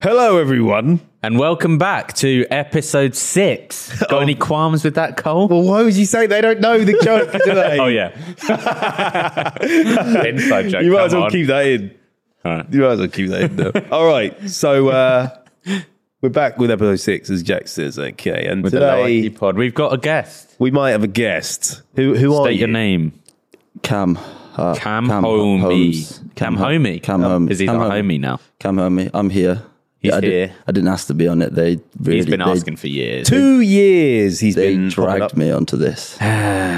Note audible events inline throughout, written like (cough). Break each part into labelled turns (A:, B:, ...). A: Hello, everyone.
B: And welcome back to episode six. Got any qualms with that, Cole?
A: Well, why would you say they don't know the joke, do they?
B: (laughs) Oh yeah, inside joke.
A: You might as
B: come
A: well
B: on.
A: keep that in.
B: Alright.
A: You might as well keep that in.
B: (laughs)
A: though. All right. So uh, we're back with episode six, as Jack says. Okay. And
B: with the
A: today
B: Lower Pod. We've got a guest.
A: we might have a guest. Who, who are
B: State
A: you?
B: your name.
C: Cam. Uh,
B: Cam,
C: Ho-
B: Homey.
C: Holmes.
B: Cam
C: Ho-
B: Homey.
C: Cam Homey.
B: Is he
C: Cam
B: not
C: Homey.
B: Homey now?
C: Cam Homey. I'm here.
B: He's
C: I
B: here.
C: Did, I didn't ask to be on it. They really,
B: He's been
C: they,
B: asking for years.
A: Two years he's
C: They
A: been popping up.
C: dragged me onto this.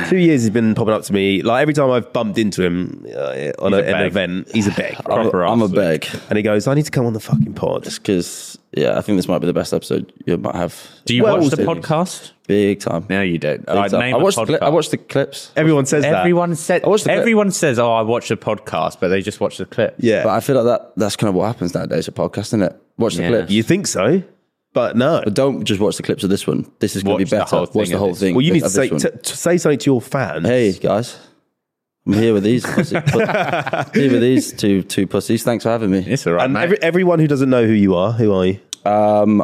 A: Two years he's been popping up to me. Like every time I've bumped into him uh, on a,
B: a
A: an
B: beg.
A: event, he's a beg.
B: (laughs)
C: I'm a-
B: Proper
C: I'm a
B: arsenic.
C: beg.
A: and he goes, "I need to come on the fucking pod."
C: Because, yeah, I think this might be the best episode you might have.
B: Do you
A: Well,
B: watch the
A: dude.
B: podcast?
C: Big time.
B: No, you don't.
C: Big
B: Alright,
C: time.
B: name
C: I,
B: a
C: watched the
B: podcast.
C: cli- I watched the clips.
A: Everyone says
B: Everyone said.
C: I watched the clip.
B: Everyone says, "Oh, I watch the podcast," but they just watch the clip.
A: that. Yeah,
C: But I feel like that that's kind of what happens nowadays with podcasts, isn't it? Watch the
B: Yeah.
C: clips.
A: you think so, but no.
C: But don't just watch the clips of this one. This is going to
B: Watch the
C: be better.
B: whole thing
C: watch the
B: of
C: whole
B: this.
C: thing.
A: Well, you need to
C: of
A: say
C: this
A: t-
C: one.
A: to say something to your fans.
C: Hey guys, I'm here with
B: (laughs)
C: these. pussy- here with these two two pussies. Thanks for having me.
B: It's all right.
A: and
B: mate.
A: every, everyone who doesn't know who you are, who are you?
C: Um,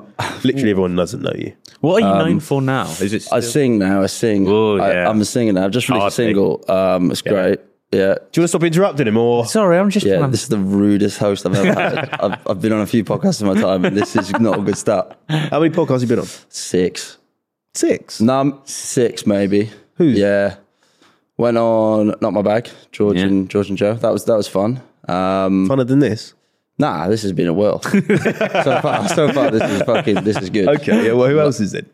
A: Literally, everyone doesn't know you.
B: what are you known for now? Is it
C: I
B: still-
C: sing now. I sing.
B: Ooh, yeah.
C: I, I'm a singer now. I've just released
B: Hard
C: a
B: thing.
C: single. Um, it's great.
A: Do
C: Yeah.
A: you want to stop interrupting him, (laughs) or
B: Sorry, I'm just.
C: Yeah,
B: trying to-
C: this is the rudest host I've ever
B: (laughs)
C: had. I've, I've been on a few podcasts in my time, and this is not a good start.
A: how many podcasts have you been on?
C: Six.
A: Six.
C: No, I'm six maybe.
A: Who's?
C: Yeah. Went on Not My Bag, George and George and Joe. That was that was fun. Um,
A: Mm. Funner than this.
C: nah, this has been
B: (laughs)
C: a whirl. so far, so far, this is fucking this is good.
A: Okay. Yeah, well, who else is it?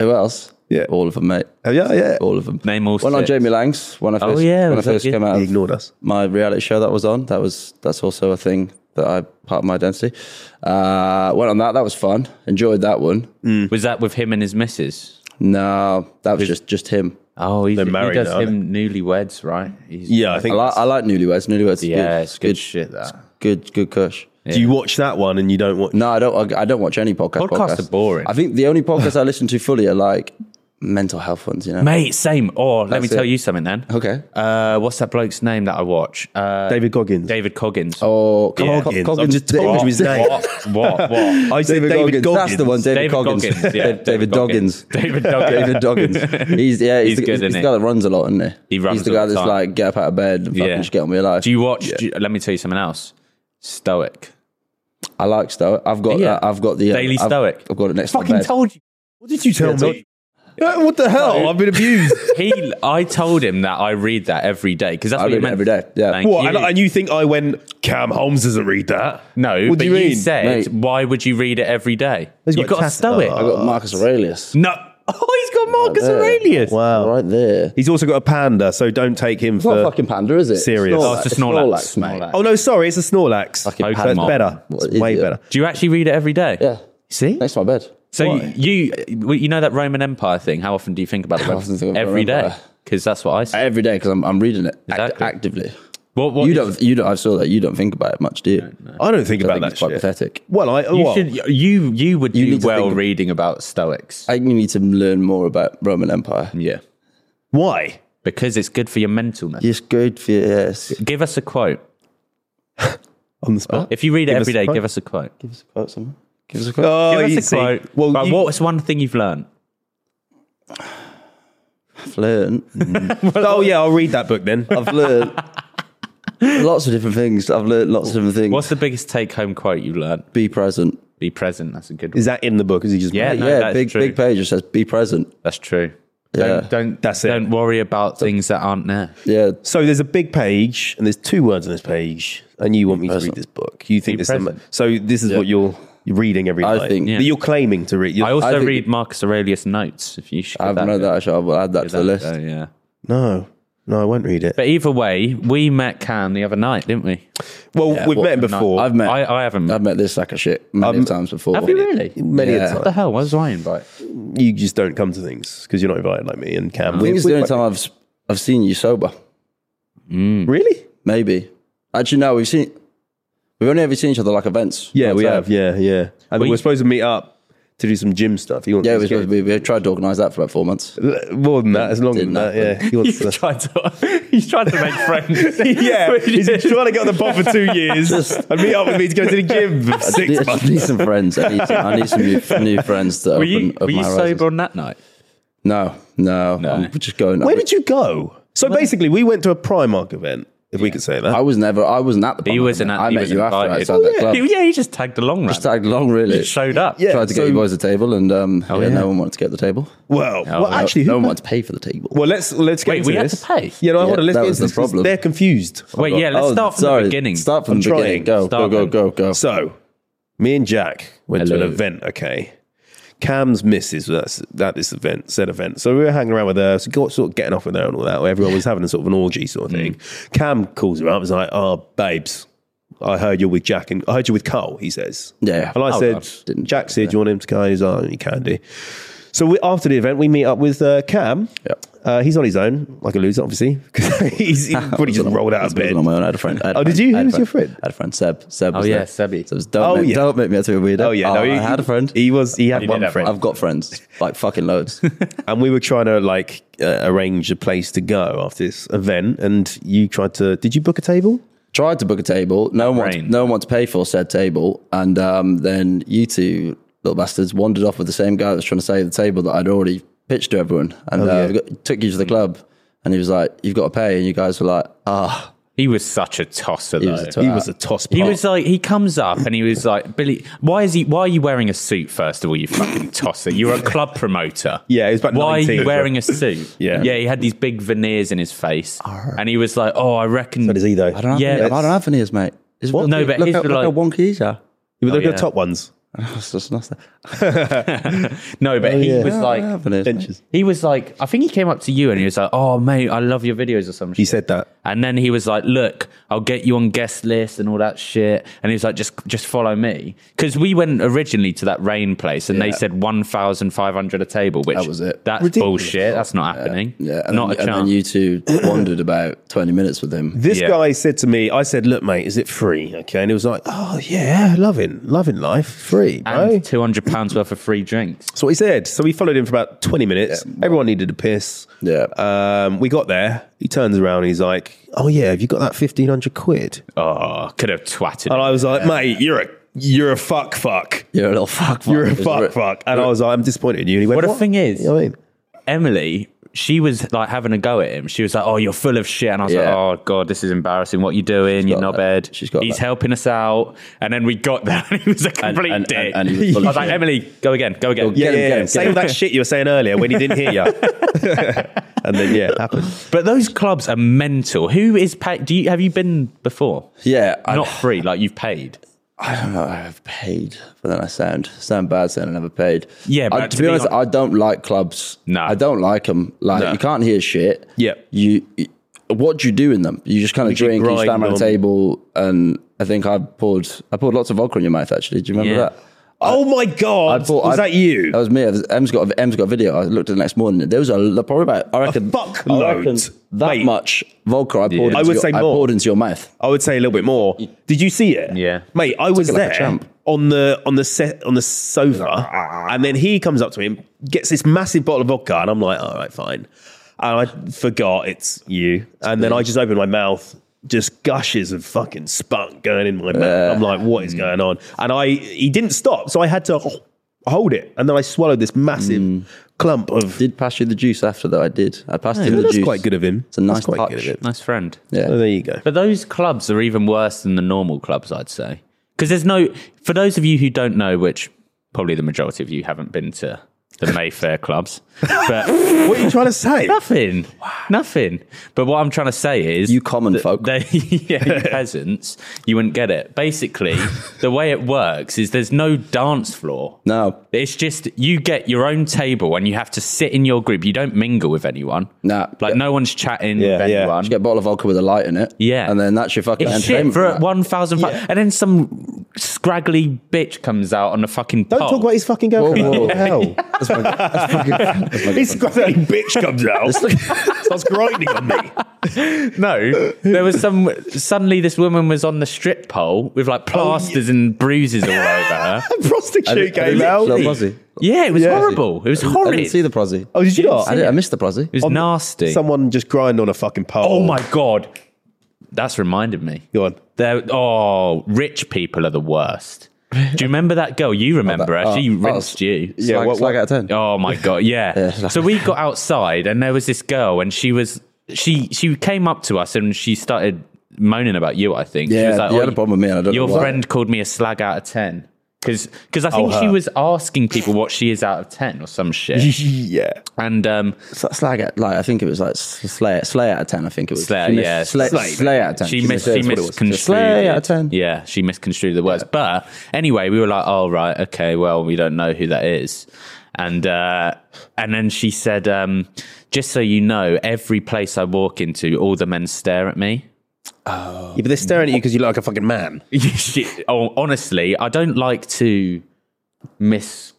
C: Who else?
A: Yeah.
C: All of them, mate.
A: Oh, yeah, yeah.
C: All of them.
B: Name all
C: One on
B: six.
C: Jamie Langs when I first,
B: Oh, yeah,
C: when I
B: was that
C: first
B: you?
C: came out
A: He
C: of
A: ignored us.
C: my reality show that was on. That was that's also a thing that I part of my identity. Uh, went on that. That was fun. Enjoyed that one.
B: Was that with him and his missus?
C: No, that was just just him.
B: Oh, he's,
A: They're
B: he
A: married
B: does
A: now,
B: him newlyweds, right? He's,
A: Yeah, I
C: I
A: think.
C: like I like newlyweds. Newlyweds. is
B: yeah,
C: good.
B: it's good, shit. That
C: Good good kush.
A: Do you watch that one and you don't watch?
C: No, I don't. I, I don't watch any podcast.
B: Podcasts are boring.
C: I think the only podcasts I listen to fully are like mental health ones. You know.
B: mate, same. Oh, let me
C: That's
B: tell
C: it.
B: you something then.
C: Okay.
B: Uh, what's that bloke's name that I watch? Uh,
A: David Goggins.
B: David Coggins.
C: Or
A: Coggins. I'm just talking to his name.
B: What? What? What?
A: I said David, Goggins.
C: That's the one.
B: David
C: David, Coggins.
B: Goggins, yeah,
C: (laughs) David,
B: David Goggins.
C: Doggins.
B: David Doggins.
C: David
B: (laughs)
C: Doggins. He's yeah. He's,
B: He's
C: the,
B: good,
C: he's,
B: isn't
C: the
B: he?
C: guy that runs a lot, isn't he?
B: He runs
C: He's the
B: all
C: guy
B: the
C: that's
B: time.
C: like get up out of bed and (laughs) fucking
B: Yeah.
C: just get on with your life.
B: Do you watch? do you- let me tell you something else. Stoic.
C: I like Stoic. I've got
B: Yeah.
C: that. I've got the uh,
B: Daily
C: I've-
B: Stoic.
C: I've got it next to my
B: Fucking
C: bed.
B: told you.
A: What did you tell
B: Yeah,
A: me? No, what the hell? I've been
B: (laughs)
A: abused.
B: He. I told him that I read that every day because that's
C: I
B: what you
C: read it
B: meant
C: every day. Yeah.
B: Thank
A: what?
B: you.
A: And, and you think I went? Cam Holmes doesn't read that.
B: no,
A: What
B: but
A: do you mean?
B: said,
C: Mate.
B: why would you read it every day? You've
A: got
B: got a
A: Chas-
B: Stoic.
C: I got Marcus Aurelius
B: No. (laughs) Oh, he's got Marcus
C: there.
B: Aurelius.
A: Wow.
C: right there.
A: He's also got a panda, so don't take him
C: It's not
A: for.
C: fucking panda, is it?
A: serious. Oh,
B: uh, it's a Snorlax.
C: mate.
B: Snorlax.
A: oh no, sorry, it's a Snorlax.
C: Fucking
A: So it's
B: Pokemon.
A: better.
C: What
A: It's way
C: idiot.
A: better.
B: Do you actually read it every day?
C: Yeah,
B: See?
C: next to my bed.
B: So
A: Why?
B: you you you know that Roman Empire thing. How often do you think about the
C: How
B: Roman
C: often think of
B: every
C: Roman
B: day?
C: Empire?
B: Because that's what I say.
C: Every day because I'm, I'm reading it act-
B: Exactly.
C: actively.
B: What, what
C: you
B: is-
C: don't. You don't. I saw that. You don't think about it much, do you?
A: I don't think
C: I
A: about
C: think
A: that
C: it's quite
A: shit.
C: pathetic.
A: Well, I
B: You
A: well,
B: should. You you would
C: need
B: do
C: to
B: well
C: think- Uh,
B: reading about Stoics.
C: I think you need to learn more about Roman Empire.
B: yeah,
A: why?
B: because it's good for your mentalness.
C: It's good for yes.
B: Give us a quote.
A: On the spot.
B: If you read it
A: Give
B: every
A: us a
B: day,
A: quote.
B: give us a quote.
C: Give us a quote, someone. Give us a quote.
A: oh,
B: give
A: you
B: us a
A: see.
B: quote.
A: Well,
B: Right,
A: you-
B: what's one thing you've learned?
C: I've learned.
A: oh yeah, I'll read that book
B: (laughs)
A: then.
C: I've learned (laughs) lots of different things. I've learned lots of different things.
B: What's the biggest take home quote you've learned?
C: be present?
B: Be present. That's a good one.
A: Is that in the book? Is he just
B: Yeah.
A: made-
B: No,
C: yeah,
B: that's
C: big
B: true.
C: big page. It says be present.
B: That's true.
C: Yeah.
B: Don't don't,
A: That's it.
B: don't worry about things that aren't there.
C: Yeah,
A: So there's a big page, and there's two words on this page, and you want me to read this book. You think this? Is the,
B: present.
A: so this is what you're, you're reading every
C: I
A: night.
C: think-
A: that you're claiming to read. You're-
B: I also
C: I think-
B: read Marcus Aurelius notes. If you should,
C: I
B: get
C: haven't
B: that
C: heard that. Actually, I'll add that to the list.
B: yeah.
A: no. No, I won't read it.
B: But either way, we met Can the other night, didn't we?
D: Well, we've
C: well,
D: met him before.
C: I've met.
B: I, I haven't.
C: I've met this sack of shit many times before.
B: have you really?
A: Many
C: Yeah.
A: a
B: What the
A: time.
B: hell? Why was I
C: (laughs)
B: invited?
A: You just don't come to things because you're not invited like me and Cam.
C: I think
A: We-
C: it's
A: we-
C: the only time I've s- I've seen you sober.
A: Really?
C: Maybe. Actually, no. We've seen. We've only ever seen each other like events.
A: Yeah,
C: Like
A: we
C: that.
A: have. Yeah, yeah. And we,
B: We-
A: were supposed to meet up to do some gym stuff. He wants
C: Yeah,
A: to
C: we,
A: get-
C: we, we tried to organise that for like four months.
A: More than that, as long as
C: Didn't
A: that, yeah.
C: happen.
A: He
C: (laughs)
A: wants to,
B: tried to. he's tried (laughs) to make
A: (laughs)
B: friends. (laughs)
A: yeah, he's been
C: (laughs)
A: trying to get on the pod for two (laughs) years and meet up with me to go to the gym for
C: I
A: six
C: need- I
A: months.
C: need some friends. I need some, I need some new, new friends to
B: Were
C: open,
B: you,
C: open
B: were
C: my
B: you
C: horizons.
B: sober on that night?
C: No, no,
B: No.
C: I'm just going.
A: Where did you go? So basically, we went to a Primark event, if we could say that.
C: I was never. I wasn't at the.
B: He
C: pub,
B: wasn't. At,
C: I
B: he
C: met
B: was
C: you after
B: invited.
C: outside
A: Oh,
C: that club.
B: He- yeah, he just tagged along. Right?
C: Just tagged along, really.
B: Just showed up. Oh,
A: Yeah.
C: Tried to
A: so-
C: get you boys a table, and um, yeah,
B: yeah.
C: no one wanted to get the table.
A: well, well, actually,
C: Oh, no
A: who,
C: one wanted to pay for the table.
A: well, let's let's get
B: Wait,
A: into
B: we had
A: this.
B: to pay?
A: Yeah, no, I
C: Yeah,
A: want to let's
C: that
A: get into
C: was the
A: this 'cause
C: problem.
A: They're confused.
B: Wait, yeah. Let's start from
C: Oh, sorry,
B: the beginning.
C: Start from
A: I'm
C: the
A: trying.
C: beginning. Go,
B: Start
C: go,
B: then.
C: go, go, go.
A: So, me and Jack went to
B: Hello.
A: an event. Okay, Cam's missus was at, at this event, said event. So we were hanging around with her, so got sort of getting off with her and all that. Where everyone was having a sort of an orgy sort of
C: Hmm.
A: thing. Cam calls her up. Is like, "Oh, babes, I heard you're with Jack and I heard you're with Cole." He says,
C: Yeah.
A: And I
C: Oh,
A: said,
C: God. Didn't-
A: "Jack said, do you want him to go?" He's like, "You can do." So we, after the event, we meet up with uh, Cam.
C: Yep.
A: Uh, he's on his own, like a loser, obviously. (laughs) he's
C: (laughs)
A: he probably just rolled out of
C: I was
A: bed.
C: on my own. I had a friend. I had a
A: Oh, did you?
C: I had
A: Who
C: a
A: was your friend?
C: I had a friend, Seb. Seb.
B: Oh,
C: was
B: yeah,
C: there.
B: Sebby.
C: So it was, don't,
A: Oh,
C: make,
A: yeah.
C: don't make me out to be weird.
A: Oh yeah, no,
C: I
A: he
C: had a friend.
A: He was he had
B: did
A: one
B: have
A: friend.
C: I've got friends, like
B: (laughs)
C: fucking loads.
A: and we were trying to like uh, arrange a place to go after this event and you tried to did you book a table
C: Tried to book a table. No one,
B: rain.
C: no one wanted to pay for said table, and um, then you two little bastards wandered off with the same guy that was trying to save the table that I'd already pitched to everyone, and uh, we got, took you to the club. And he was like, "You've got to pay," and you guys were like, "Ah,
B: He was such a tosser.
C: he
B: though.
C: was a twat."
A: he was a toss
B: He
A: pot.
B: was like, he comes up and he was like, Billy, why is he? Why are you wearing a suit? First of all,
A: (laughs)
B: you fucking tosser. You're a club promoter.
A: Yeah, he was about 19,
B: Why are you
A: wasn't
B: wearing a suit?
A: (laughs) Yeah.
B: yeah. He had these big veneers in his face, and he was like, oh, I reckon.
A: But is he though
C: I don't have
B: Yeah,
C: yeah, I
B: that's-
C: don't have any ears, mate. It's-
B: What? No,
C: look-
B: but
C: look
B: his
C: how,
B: were
C: look
B: like-
C: how wonky these are.
A: you were looking
B: yeah.
A: at the top ones
C: It's just nice.
B: no,
A: Oh,
B: but he was
C: I don't
B: like,
C: have any ears, mate.
B: he was like, I think he came up to you and he was like, oh, mate, I love your videos or something.
A: he said that
B: And then he was like, "Look, I'll get you on guest list and all that shit." And he was like, "Just, just follow me," because we went originally to that rain place, and they
C: Yeah.
B: said one thousand five hundred a table, which
C: That was it.
B: That's
A: Ridiculous.
B: bullshit. That's not happening.
C: Yeah, and
B: not
C: then,
B: a
C: and then
B: chance.
C: you two wandered about twenty minutes with him.
A: this
B: Yeah.
A: guy said to me i said look mate is it free okay and he was like oh yeah loving loving life free bro.
B: and two hundred pounds worth of free drinks.
A: That's what he said. So we followed him for about 20 minutes. Everyone needed a piss.
C: Yeah.
A: Um, we got there. He turns around. He's like, Oh, yeah, have you got that 1500 quid?
B: Oh, could have twatted.
A: And I was like, Mate, you're a, you're a fuck fuck.
C: You're a little fuck.
A: You're a
C: Mark. It was
A: fuck
C: re-
A: fuck. And I was like, I'm disappointed in you. And he went,
B: What
A: What,
B: the thing is,
A: You know what I mean?
B: Emily, she was like having a go at him. She was like, "Oh, you're full of shit," and I was
C: Yeah.
B: like, "Oh God, this is embarrassing. What you doing? You
C: got
B: knobhead."
C: that. She's got
B: He's
C: that.
B: helping us out, and then we got there, (laughs) and he was a complete
C: and-
B: dick.
C: and he was full
B: I
C: of
B: was like,
C: shit.
B: "Emily, go again, go again."
C: Get
A: Yeah,
C: him,
A: yeah,
C: get
A: yeah.
C: him,
A: Say
C: get
A: all that shit you were saying earlier when he didn't hear you. and then, yeah, it happened.
B: But those clubs are mental. Who is paid? Do you have you been before?
C: Yeah, I-
B: Not free, like you've paid.
C: I don't know. I have paid, but then I sound sound bad saying I never paid.
B: Yeah, but
C: I, to, be, honest, I don't like clubs.
B: No.
C: I don't like them. Like
A: No.
C: you can't hear shit.
A: Yeah.
C: you. you- What do you do in them? You just kind of
A: You
C: drink. You
A: grind
C: stand around a
A: them.
C: table, and I think I poured. I poured lots of vodka in your mouth. Actually, do you remember
B: Yeah.
C: that?
A: oh, my God.
C: I bought-
A: was
C: I-
A: that you?
C: That was me. Em's got a, Em's got a video. I looked at the next morning. There was a probably about I reckon
A: fuck
C: I reckon
A: loads.
C: that
A: Mate.
C: much vodka. I poured. Into
A: I would
C: your,
A: say
C: I
A: more.
C: poured into your mouth.
A: I would say a little bit more. Did you see it?
B: Yeah.
A: mate. I was
C: it like a
A: there
C: champ.
A: on the on the set on the sofa, and then he comes up to me and gets this massive bottle of vodka, and I'm like, all right, fine. And I forgot it's you, and then I just open my mouth. Just gushes of fucking spunk going in my mouth. I'm like, what is going on? And I, he didn't stop, so I had to hold it, and then I swallowed this massive clump of.
C: Did pass you the juice after though? I did. I passed him the
A: that's
C: juice.
A: quite good of him.
C: It's a nice
A: that's quite
C: touch.
A: good of him.
B: Nice friend.
C: Yeah.
A: So there you go.
B: But those clubs are even worse than the normal clubs, I'd say. Because there's no, for those of you who don't know, which probably the majority of you haven't been to
C: (laughs)
B: the Mayfair clubs. But
A: What are you trying to say?
B: nothing, nothing. But what I'm trying to say is,
C: You common folk.
B: they, (laughs) yeah,
C: (laughs)
B: you peasants, you wouldn't get it. Basically, the way it works is there's no dance floor.
C: no,
B: It's just you get your own table and you have to sit in your group. You don't mingle with anyone.
C: Nah.
B: like no one's chatting
A: Yeah,
B: with
A: yeah.
B: anyone.
C: you get a bottle of vodka with a light in it.
B: Yeah.
C: And then that's your fucking
B: It's shit
C: entertainment.
B: for
C: that.
B: one thousand, and then some scraggly bitch comes out on a fucking.
A: Don't
B: pole.
A: talk about his fucking girlfriend.
C: Whoa, whoa.
A: What the (laughs) hell?
C: That's
B: (laughs)
C: my, that's my good- that's my good
A: He's
C: one.
A: got that bitch comes out. (laughs) Starts grinding (laughs) on me.
B: No, there was some. Suddenly, this woman was on the strip pole with
A: Oh,
B: like plasters and bruises all
A: (laughs)
B: over her.
C: I
A: Prostitute
C: didn't- I
A: came
C: didn't-
A: out.
C: Little prosy.
B: Yeah, it was horrible. It was
C: I didn't- I
B: horrid.
C: didn't see the prosy.
A: Oh, did you not?
C: I, didn't- I missed the prosy.
B: it was nasty.
A: Someone just grind on a fucking pole.
B: oh my god, that's reminded me.
A: Go on.
B: They're, oh, rich people are the worst. Do you remember that girl? You remember her?
C: oh,
B: She
C: oh,
B: rinsed you.
C: Yeah, slag,
A: what-
C: slag out of 10.
B: Oh my god, yeah. so we got outside and there was this girl and she was she she came up to us and she started moaning about you, I think. she
C: Yeah,
B: was like, "Oh,
C: you had a problem with me and I don't
B: Your
C: know why." Oh,
B: friend called me a slag out of ten. Because I think she was asking people what she is out of ten or some shit.
A: Yeah.
B: and um
C: Sl- Slag out, like, I think it was like s- slay, slay out of 10, I think it was.
B: Slay,
C: She missed-
B: yeah.
C: Slay,
B: Slay.
C: slay out of 10.
B: she, mis-
C: that's
B: she
C: what it was. Just
B: misconstrued.
C: Slay
B: it.
C: out of 10.
B: Yeah, she misconstrued the words. But anyway, we were like, "All right, oh, right, okay, well, we don't know who that is." And uh, and then she said, um, "Just so you know, every place I walk into, all the men stare at me." (laughs)
A: yeah. But they're staring at you because you look like a fucking man.
B: She- oh, honestly, I don't like to mis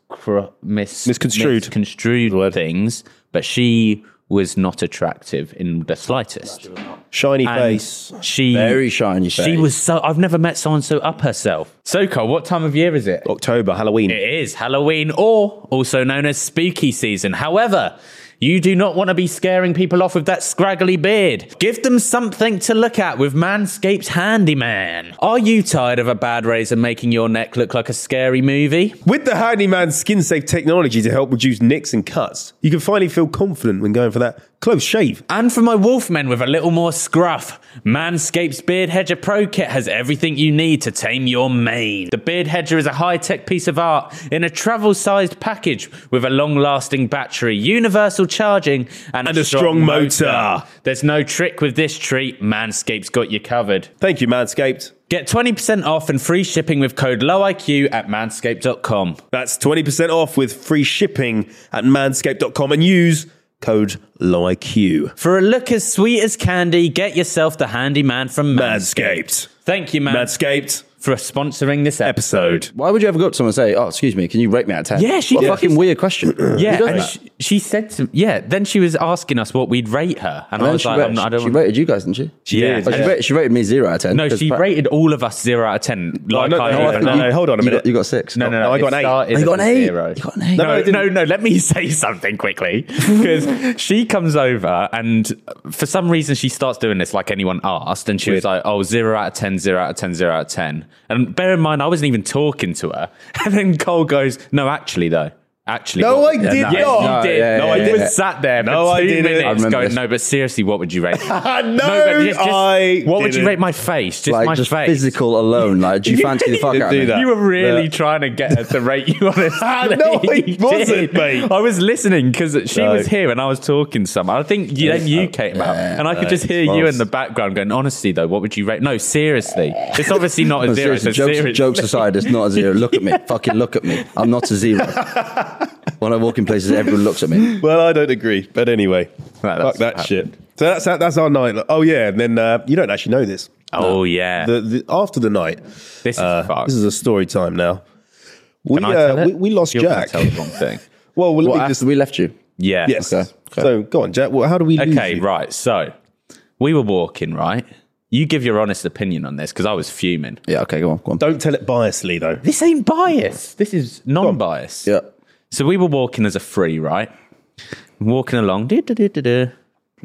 B: mis
A: Misconstrued.
B: misconstrued things, but she was not attractive in the slightest.
A: Shiny
B: And
A: face.
B: She
C: Very shiny
B: She
C: face.
B: was so. I've never met someone so up herself. So Cole, what time of year is it?
A: October, Halloween.
B: It is Halloween, or also known as spooky season. However. You do not want to be scaring people off with that scraggly beard. Give them something to look at with Manscaped Handyman. Are you tired of a bad razor making your neck look like a scary movie?
A: With the Handyman skin safe technology to help reduce nicks and cuts, you can finally feel confident when going for that close shave.
B: And for my wolfmen with a little more scruff, Manscaped's Beard Hedger Pro Kit has everything you need to tame your mane. The Beard Hedger is a high tech piece of art in a travel sized package with a long lasting battery, universal charging, and,
A: And a strong motor.
B: There's no trick with this treat, Manscaped's got you covered.
A: Thank you, Manscaped.
B: Get 20% off and free shipping with code LOWIQ at manscaped.com.
A: That's 20% off with free shipping at manscaped.com and use code LOIQ.
B: For a look as sweet as candy, get yourself the handyman from Manscaped.
A: Manscaped.
B: Thank you, Manscaped,
A: Manscaped
B: for sponsoring this episode.
A: episode.
C: Why would you ever go up to someone and say, "Oh, excuse me, can you rate me out of 10?
B: Yeah, she
C: what a
B: did.
C: fucking weird question. You
B: Yeah,
C: don't
B: and
C: do that.
B: she, she said to yeah. Then she was asking us what we'd rate her, and, I
C: Then
B: was
C: she,
B: like,
C: rated,
B: I'm not, I don't.
C: she
B: want-
C: rated you guys, didn't she?
A: She
B: Yeah.
A: did.
C: Oh, she, rated, she rated me zero out of ten.
B: no,
C: 'cause
B: she
C: pra-
B: rated all of us zero out of ten. Like
A: no,
B: I
A: no,
B: even
A: no,
B: know.
A: no, hold on a
C: you
A: minute.
C: got, you got six.
B: No, no, no,
A: No, I
B: it
A: got an eight.
B: started
C: I got
B: at
C: an eight.
B: Zero.
C: You got an eight.
A: No,
B: No,
A: I
B: no,
A: didn't.
B: no, let me (laughs) say something
C: (laughs)
B: quickly. Because she comes over and for some reason she starts doing this like anyone asked. And she was like, oh, zero out of 10, zero out of 10, zero out of 10. And bear in mind, I wasn't even talking to her. (laughs) And then Cole goes, no, actually, though. Actually,
A: No,
B: what-
A: I did
B: yes,
A: not.
B: you
A: No,
B: did.
C: yeah,
B: no,
C: yeah,
B: I
C: yeah,
B: didn't.
C: yeah.
B: sat there for
A: No, I
B: two
A: didn't. I
B: minutes
C: remember
B: going,
C: this.
B: no, but seriously, what would you rate?
A: No,
B: but
A: I
B: What would you
A: didn't.
B: rate my face? Just
C: like
B: my
C: just
B: face.
C: physical alone. Like, do you fancy the fuck
A: did
C: out
A: do
C: of me?
A: that.
B: You were really
A: Yeah.
B: trying to get her to rate you (laughs) on
A: (laughs)
B: this.
A: No, I wasn't, mate.
B: I was listening because she
A: No.
B: was here and I was talking to someone. I think you, then you came out and I could just hear you in the background going, honestly, though, what would you rate? No, seriously. It's obviously not a
C: No,
B: zero.
C: seriously,
B: So
C: jokes,
B: seriously. (laughs)
C: jokes aside, it's not a zero. Look at me. Fucking look at me. I'm not a zero. when I walk in places, everyone looks at me.
A: Well, I don't agree, but anyway, fuck
B: that's
A: that
B: what
A: shit. So that's that's our night. Oh yeah, and then uh, you don't actually know this.
B: Oh, yeah.
A: The, the after the night,
B: this is
A: uh,
B: fucked.
A: this is a story time now. We
B: Can I tell
A: uh,
B: it?
A: we, we lost
B: You're gonna
A: Jack.
B: Tell the wrong thing.
A: Well, well, let
C: What
A: me
C: after
A: just
C: we left you?
B: Yeah.
A: yes.
C: Okay, okay.
A: So go on, Jack. Well, how do we? lose
B: Okay,
A: you?
B: right. So we were walking, right? You give your honest opinion on this because I was fuming.
C: Yeah. Okay. Go on. Go on.
A: Don't tell it biasly though.
B: This ain't bias. This is non bias.
C: Yeah.
B: So we were walking as a free, right? Walking along. Do-do-do-do-do.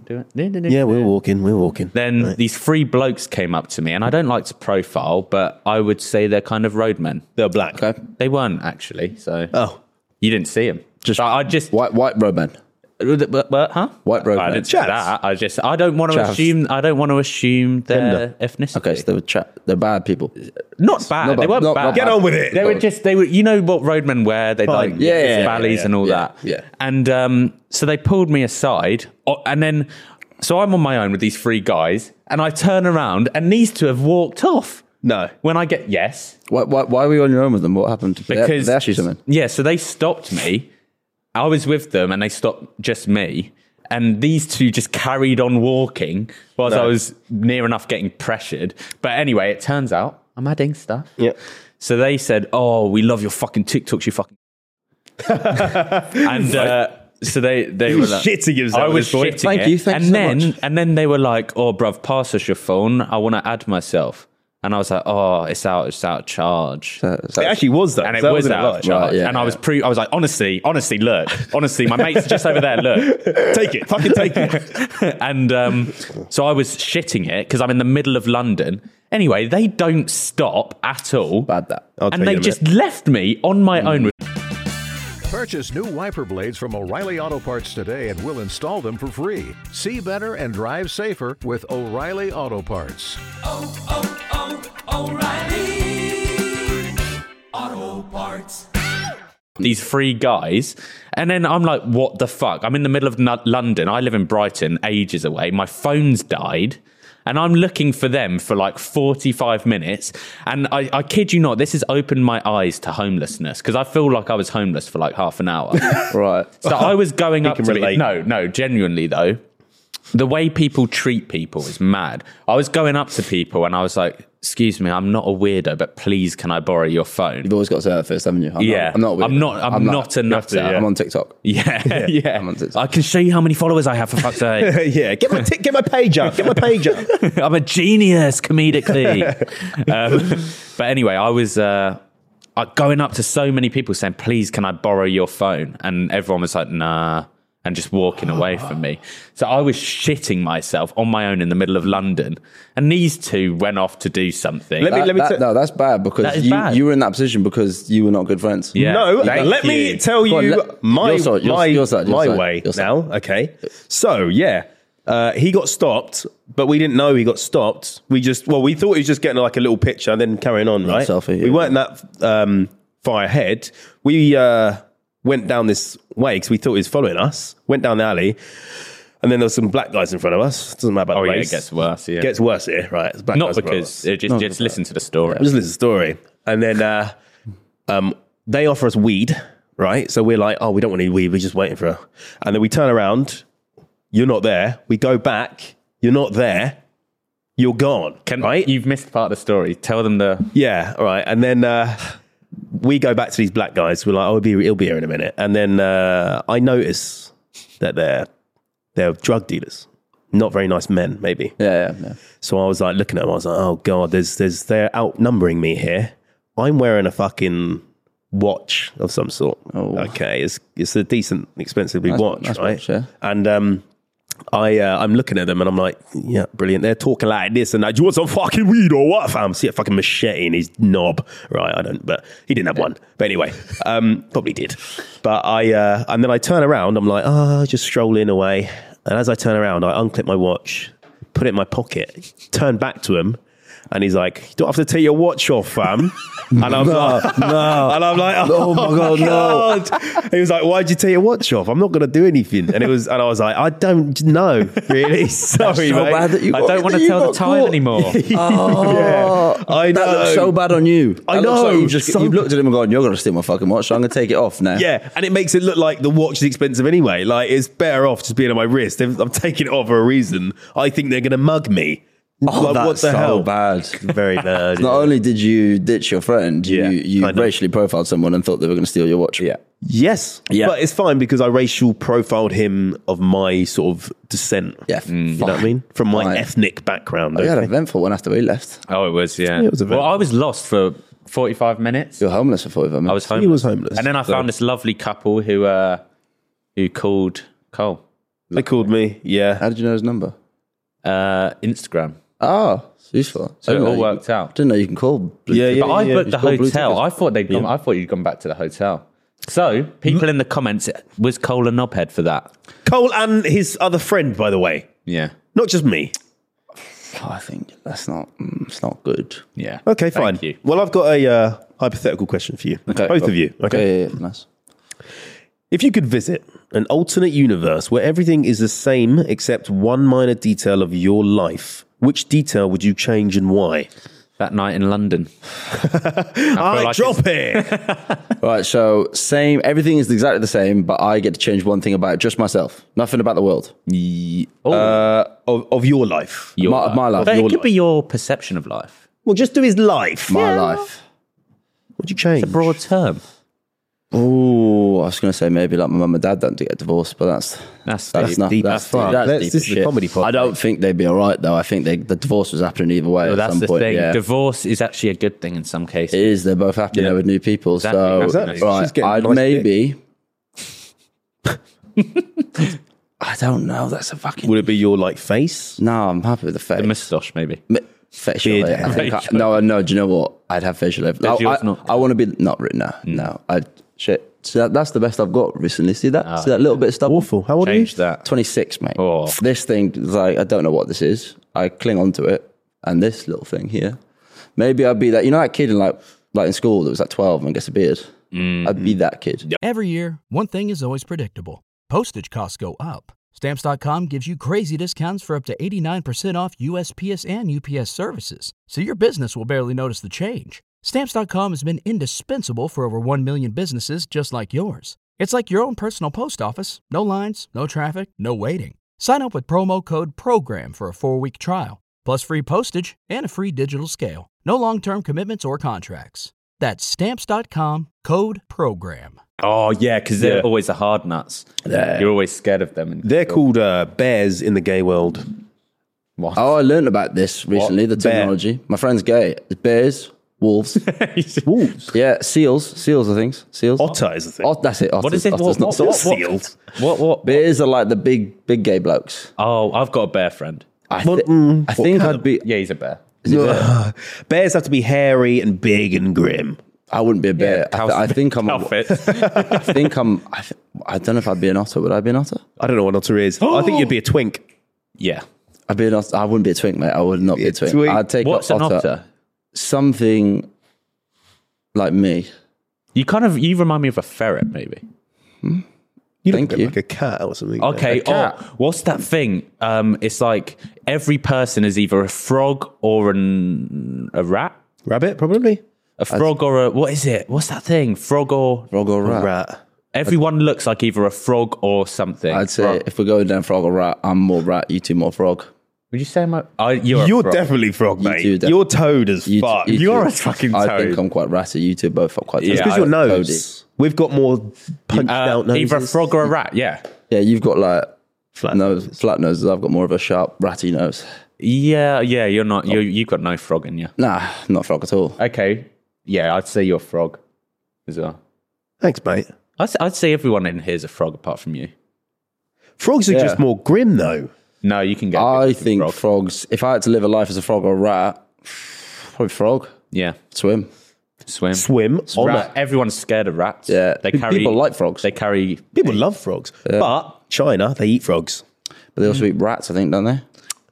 B: Do it. Do-do-do-do.
A: Yeah, we're walking. We're walking.
B: Then these three blokes came up to me, and I don't like to profile, but I would say they're kind of roadmen.
A: They're black.
C: Okay.
B: They weren't actually, so
A: Oh,
B: you didn't see them.
C: Just-
B: I, I just
C: White white roadman.
B: But, but- huh?
C: White broke,
B: I
C: mate.
B: didn't say
A: Chats.
B: that. I just I don't want to
C: Chavs.
B: assume. I don't want to assume their ethnicity.
C: Okay, so they were tra- they're bad people.
B: not bad.
C: Not
B: They
C: bad.
B: weren't
C: Not-
B: bad.
C: not
A: Get on with it.
B: They were just they were you know what roadmen wear they
A: Fine.
B: like
C: Yeah, yeah, yeah,
B: valleys
A: yeah,
B: and all
C: yeah,
B: that
C: yeah.
B: and um, so they pulled me aside o- and then so I'm on my own with these three guys and I turn around and these two have walked off
A: No.
B: when I get yes
C: Why, why, why were you on your own with them? What happened? (laughs) They-
B: because
C: they, asked you something.
B: yeah so they stopped me I was with them and they stopped just me and these two just carried on walking whilst I was near enough getting pressured but anyway it turns out I'm adding stuff
A: Yeah.
B: so they said, "Oh, we love your fucking TikToks, you
C: (laughs)
B: fucking." and uh, so they they were like,
A: shitting himself
B: I
A: at
B: was
A: this point.
B: shitting
C: Thank
B: it.
C: you, thank
B: and
C: you so
B: then
C: much.
B: and then they were like, "Oh, bruv, pass us your phone. I want to add myself." And I was like, "Oh, it's out, it's out of charge."
C: So-
A: It actually was though.
B: and it
A: so that
B: was
A: wasn't
B: out of
A: a lie.
B: charge.
C: Right, yeah,
B: and I
C: yeah.
B: was pre, I was like, honestly, honestly, look, honestly, my mate's just over there,
A: (laughs)
B: look.
A: Take it. Fucking take it.
B: (laughs) and um, so I was shitting it because I'm in the middle of London. Anyway, they don't stop at all.
C: Bad that.
A: I'll
B: and
A: take
B: they
A: it a Mm.
B: just left me on my own.
E: Purchase new wiper blades from O'Reilly Auto Parts today and we'll install them for free. See better and drive safer with O'Reilly Auto Parts.
B: these three guys. And then I'm like, what the fuck? I'm in the middle of Nu- London. I live in Brighton, ages away. My phone's died. And I'm looking for them for like 45 minutes. And I, I kid you not, this has opened my eyes to homelessness because I feel like I was homeless for like half
A: (laughs)
B: an hour.
C: Right.
B: So I was going up
A: can
B: to
A: relate.
B: it. No, no, genuinely though, the way people treat people is mad. I was going up to people and I was like, "Excuse me, I'm not a weirdo, but please, can I borrow your phone?"
C: You've always got to say that first, haven't you? I'm
B: Yeah.
C: Not, I'm not. Weird.
B: I'm not- I'm not a nutter, yeah.
C: I'm on TikTok.
A: (laughs)
B: Yeah, yeah.
C: I'm on TikTok.
B: I can show you how many followers I have for fuck's
A: (laughs)
B: sake.
A: yeah. Get my t- get my page
B: (laughs)
A: up. Get my page up.
B: I'm a genius
A: (laughs)
B: comedically. um, but anyway, I was uh, uh, going up to so many people saying, please, can I borrow your phone? And everyone was like, nah, and just walking away from me. So I was shitting myself on my own in the middle of London. And these two went off to do something.
A: Let me-
C: That-
A: let me
C: that-
A: t-
C: no, that's
B: That
C: bad because
B: is
C: you,
B: bad.
C: you were in that position because you were not good friends.
B: Yeah.
A: No,
B: Thank
A: let me
B: you.
A: tell
C: Go on,
A: you
C: let-
A: my
C: your side, your-
A: my,
C: your side, your
A: my
C: side,
A: way
C: your side.
A: now. Okay, so yeah, uh, he got stopped, but we didn't know he got stopped. We just well, we thought he was just getting like a little picture and then carrying on, right?
C: selfie,
A: We
C: yeah.
A: weren't that um, far ahead. We uh, went down this way because we thought he was following us. Went down the alley. And then there was some black guys in front of us. Doesn't matter about
B: Oh,
A: the
B: yeah,
A: race.
B: it gets worse. Yeah.
A: Gets worse here, right? It's black
B: Uh, Not
A: guys in front of us.
B: because, it just, just listen to the story.
A: Just listen to the story. And then uh, um, they offer us weed, right? So we're like, oh, we don't want any weed. We're just waiting for her. And then we turn around. You're not there. We go back. You're not there. You're gone,
B: Can,
A: right?
B: You've missed part of the story. Tell them the.
A: yeah, all right. And then uh, we go back to these black guys. We're like, oh, he'll be, he'll be here in a minute. And then uh, I notice that they're, they're drug dealers. Not very nice men, maybe.
C: Yeah, yeah, yeah.
A: So I was like looking at them. I was like, oh god, there's there's they're outnumbering me here. I'm wearing a fucking watch of some sort.
C: Oh.
A: Okay, it's it's a decent, expensively
C: Nice-
A: watch,
C: nice
A: right?
C: watch, yeah.
A: And um, I uh, I'm looking at them and I'm like, yeah, brilliant. They're talking like this and that. Do you want some fucking weed or what, fam? See a fucking machete in his knob, right? I don't, but he didn't have one. But anyway, um, probably did. But I uh, and then I turn around. I'm like, oh, just strolling away. And as I turn around, I unclip my watch, put it in my pocket, turn back to him. And he's like, "You don't have to take your watch off,
C: (laughs)
A: fam." And I'm like, "No," (laughs) and I'm like, "Oh, my god, no!" He was like, "Why'd you take your watch off? I'm not gonna do anything." And it was, and I was like, "I don't know, really. (laughs) Sorry,
C: so
A: mate.
C: bad that you
B: I
C: got-
B: don't want
C: that
B: to
C: you
B: tell the
C: got
B: time
C: caught. (laughs)
B: anymore. Oh.
A: yeah, I know."
C: Oh. That looks so bad on you.
A: I
C: That looks
A: know,
C: Like you've, just,
A: so-
C: you've looked at him and gone, "You're going to steal my fucking watch. So I'm going to take it off now."
A: Yeah, and it makes it look like the watch is expensive anyway. Like it's better off just being on my wrist. If I'm taking it off for a reason. I think they're gonna mug me.
C: Oh,
A: Like,
C: that's so bad.
A: (laughs) Very bad.
C: Not only did you ditch your friend,
A: Yeah,
C: you, you
A: kind of.
C: racially profiled someone and thought they were going to steal your watch. Yeah.
A: Yes.
C: Yeah.
A: But it's fine because I racial profiled him of my sort of descent.
C: Yeah.
A: You know what I mean? From my
C: Fine. Oh,
A: ethnic background.
C: We had an
A: okay?
C: eventful one after we left.
B: Oh, it was, yeah.
A: it was a bit-
B: well, I was lost for 45 minutes.
C: You were homeless for 45 minutes.
B: I was homeless.
A: He was homeless.
B: And then I found this lovely couple who uh, who called Cole.
A: They called me. Yeah.
C: How did you know his number?
B: Uh, Instagram.
C: Oh, it's useful.
B: So it
C: Didn't know
B: all
C: you-
B: worked out.
C: Didn't know you can call. Blue
A: Yeah,
C: Tick.
A: yeah.
B: But I booked
C: you
B: the
C: got blue
B: hotel.
C: tickets.
B: I thought they'd gone, I thought you'd gone back to the hotel. So, people
A: Mm.
B: in the comments, was Cole a knobhead for that?
A: Cole and his other friend, by the way,
B: Yeah.
A: not just me.
C: I think that's not. mm, It's not good.
B: Yeah.
A: Okay, fine.
B: Thank you.
A: Well, I've got a uh, hypothetical question for you, both of you. Okay.
C: Yeah, yeah, nice.
A: If you could visit an alternate universe where everything is the same except one minor detail of your life, which detail would you change and why?
B: That night
A: (laughs)
B: in London.
A: I,
B: like
A: drop it.
C: All right. So same. Everything is exactly the same, but I get to change one thing about just myself. Nothing about the world.
B: Oh,
A: Uh, of, of your life.
B: your
C: my- my life.
B: But it
C: Your
B: could be your perception of life.
A: Well, just do his life.
C: My life.
A: What'd you change?
B: It's a broad term.
C: Oh, I was gonna say maybe like my mum and dad don't get divorced, but that's
B: That's
C: that's
B: deep,
C: not
B: deep as
C: that's deep-
B: fuck.
C: that's
D: Let's-
C: deep
D: this
C: as
D: is a
C: shit.
D: comedy podcast.
C: I don't think they'd be all right though. I think they, the divorce was happening either way.
B: Well,
C: at
B: that's
C: some
B: the
C: point.
B: thing.
C: Yeah.
B: Divorce is actually a good thing in some
C: It
B: cases.
C: is. They're both happy now with new people.
B: Exactly,
C: So,
B: exactly.
D: She's
C: right,
D: getting
C: I'd
D: a nice
C: maybe. (laughs) I don't know. That's a fucking.
A: Would it be your like face?
C: No, I'm happy with the face.
B: A moustache, maybe.
C: Mi- facial
A: Beard.
C: hair. I think
B: (laughs)
C: I-
B: Facial.
C: no, no. Do you know what? I'd have facial hair. No,
B: Facial's
C: I,
B: not- Hmm.
C: I want to be not written. No, no. I shit. So that, that's the best I've got recently. See that?
B: Ah,
C: See that little bit of stubble.
A: Awful. How old are you?
B: Change that.
C: 26, mate.
B: Oh.
C: This thing, like, I don't know what this is. I cling onto it. And this little thing here. Maybe I'd be that, you know, that kid in like, like in school that was like 12 and gets a beard. I'd be that kid.
F: Every year, one thing is always predictable postage costs go up. Stamps.com gives you crazy discounts for up to 89% off USPS and UPS services, so your business will barely notice the change. Stamps.com has been indispensable for over 1 million businesses just like yours. It's like your own personal post office no lines, no traffic, no waiting. Sign up with promo code PROGRAM for a four week trial, plus free postage and a free digital scale. No long term commitments or contracts. That's stamps.com code PROGRAM.
B: Oh, yeah, because they're
A: Yeah.
B: always the hard nuts. You're always scared of them. And
A: They're called uh, bears in the gay world.
B: What?
C: Oh, I learned about this recently, the
A: Bear.
C: technology. My friend's gay. Bears, wolves.
A: Wolves.
C: yeah, seals. Seals, I think. Seals.
A: Otter is the thing.
C: Ot- that's it. Otters.
B: What is it?
C: Otters,
B: What,
C: not
B: what,
C: seals.
B: what, what,
A: Seals.
B: what, what-
C: Bears are like the big, big gay blokes. mm,
B: Oh, I've got a bear friend.
C: I, thi- I think I'd be.
B: Yeah, he's a bear.
A: Bears have to be hairy and big and grim.
C: I wouldn't be a bear. I, th- I think I'm. A,
B: Outfit.
C: I think I'm. I, th- I don't know if I'd be an otter. Would I be an otter?
A: I don't know what an otter is. I think you'd be a twink.
B: (laughs) yeah.
C: I'd be an otter. I wouldn't be a twink, mate. I would not be a twink.
A: twink.
C: I'd take
B: What's
C: an
B: an otter?
C: Something like me.
B: You kind of you remind me of a ferret, maybe.
A: You look
C: Thank
A: a bit
C: you.
A: like a cat or something.
B: Okay. Oh, what's that thing? Um, it's like every person is either a frog or an a rat.
A: Rabbit, probably.
B: A frog or a what is it? What's that thing? Frog or
C: Frog or rat?
A: Rat.
B: everyone looks like either a frog or something.
C: I'd say if we're going down frog or rat, I'm more rat. You two more frog.
B: Would you say my? I, you're
A: You're
B: a frog.
A: definitely frog,
C: You
A: mate.
C: two def-
A: You're toad as
C: You
A: fuck.
C: two- you
B: You're
C: two-
B: a fucking
C: I think
B: toad.
C: I'm quite ratty. You two are both quite quite.
B: Yeah,
A: it's because
B: I-
A: your
C: toady.
A: nose. We've got more punched
B: Uh,
A: out noses.
B: either a frog or a rat. Yeah.
C: Yeah, you've got like
A: Flat
C: nose, flat noses. I've got more of a sharp ratty nose.
B: Yeah. Yeah. You're not. You you've got no frog in you.
C: Nah, not frog at all.
B: Oh. Okay. Yeah, I'd say you're a frog as well.
A: Thanks, mate.
B: I'd, say- I'd say everyone in here's a frog apart from you.
A: Frogs are
C: Yeah.
A: just more grim, though.
B: No, you can get. a
C: I
B: different
C: think
B: frog.
C: frogs. If I had to live a life as a frog or a rat, probably frog.
B: Yeah.
C: Swim.
B: Swim.
A: Swim on
B: Rat. Everyone's scared of rats.
C: Yeah,
B: They
C: pe-
B: carry.
C: people like frogs.
B: They carry.
A: a- People love frogs, but China they eat frogs.
C: But they
B: Mm.
C: also eat rats, I think, don't they?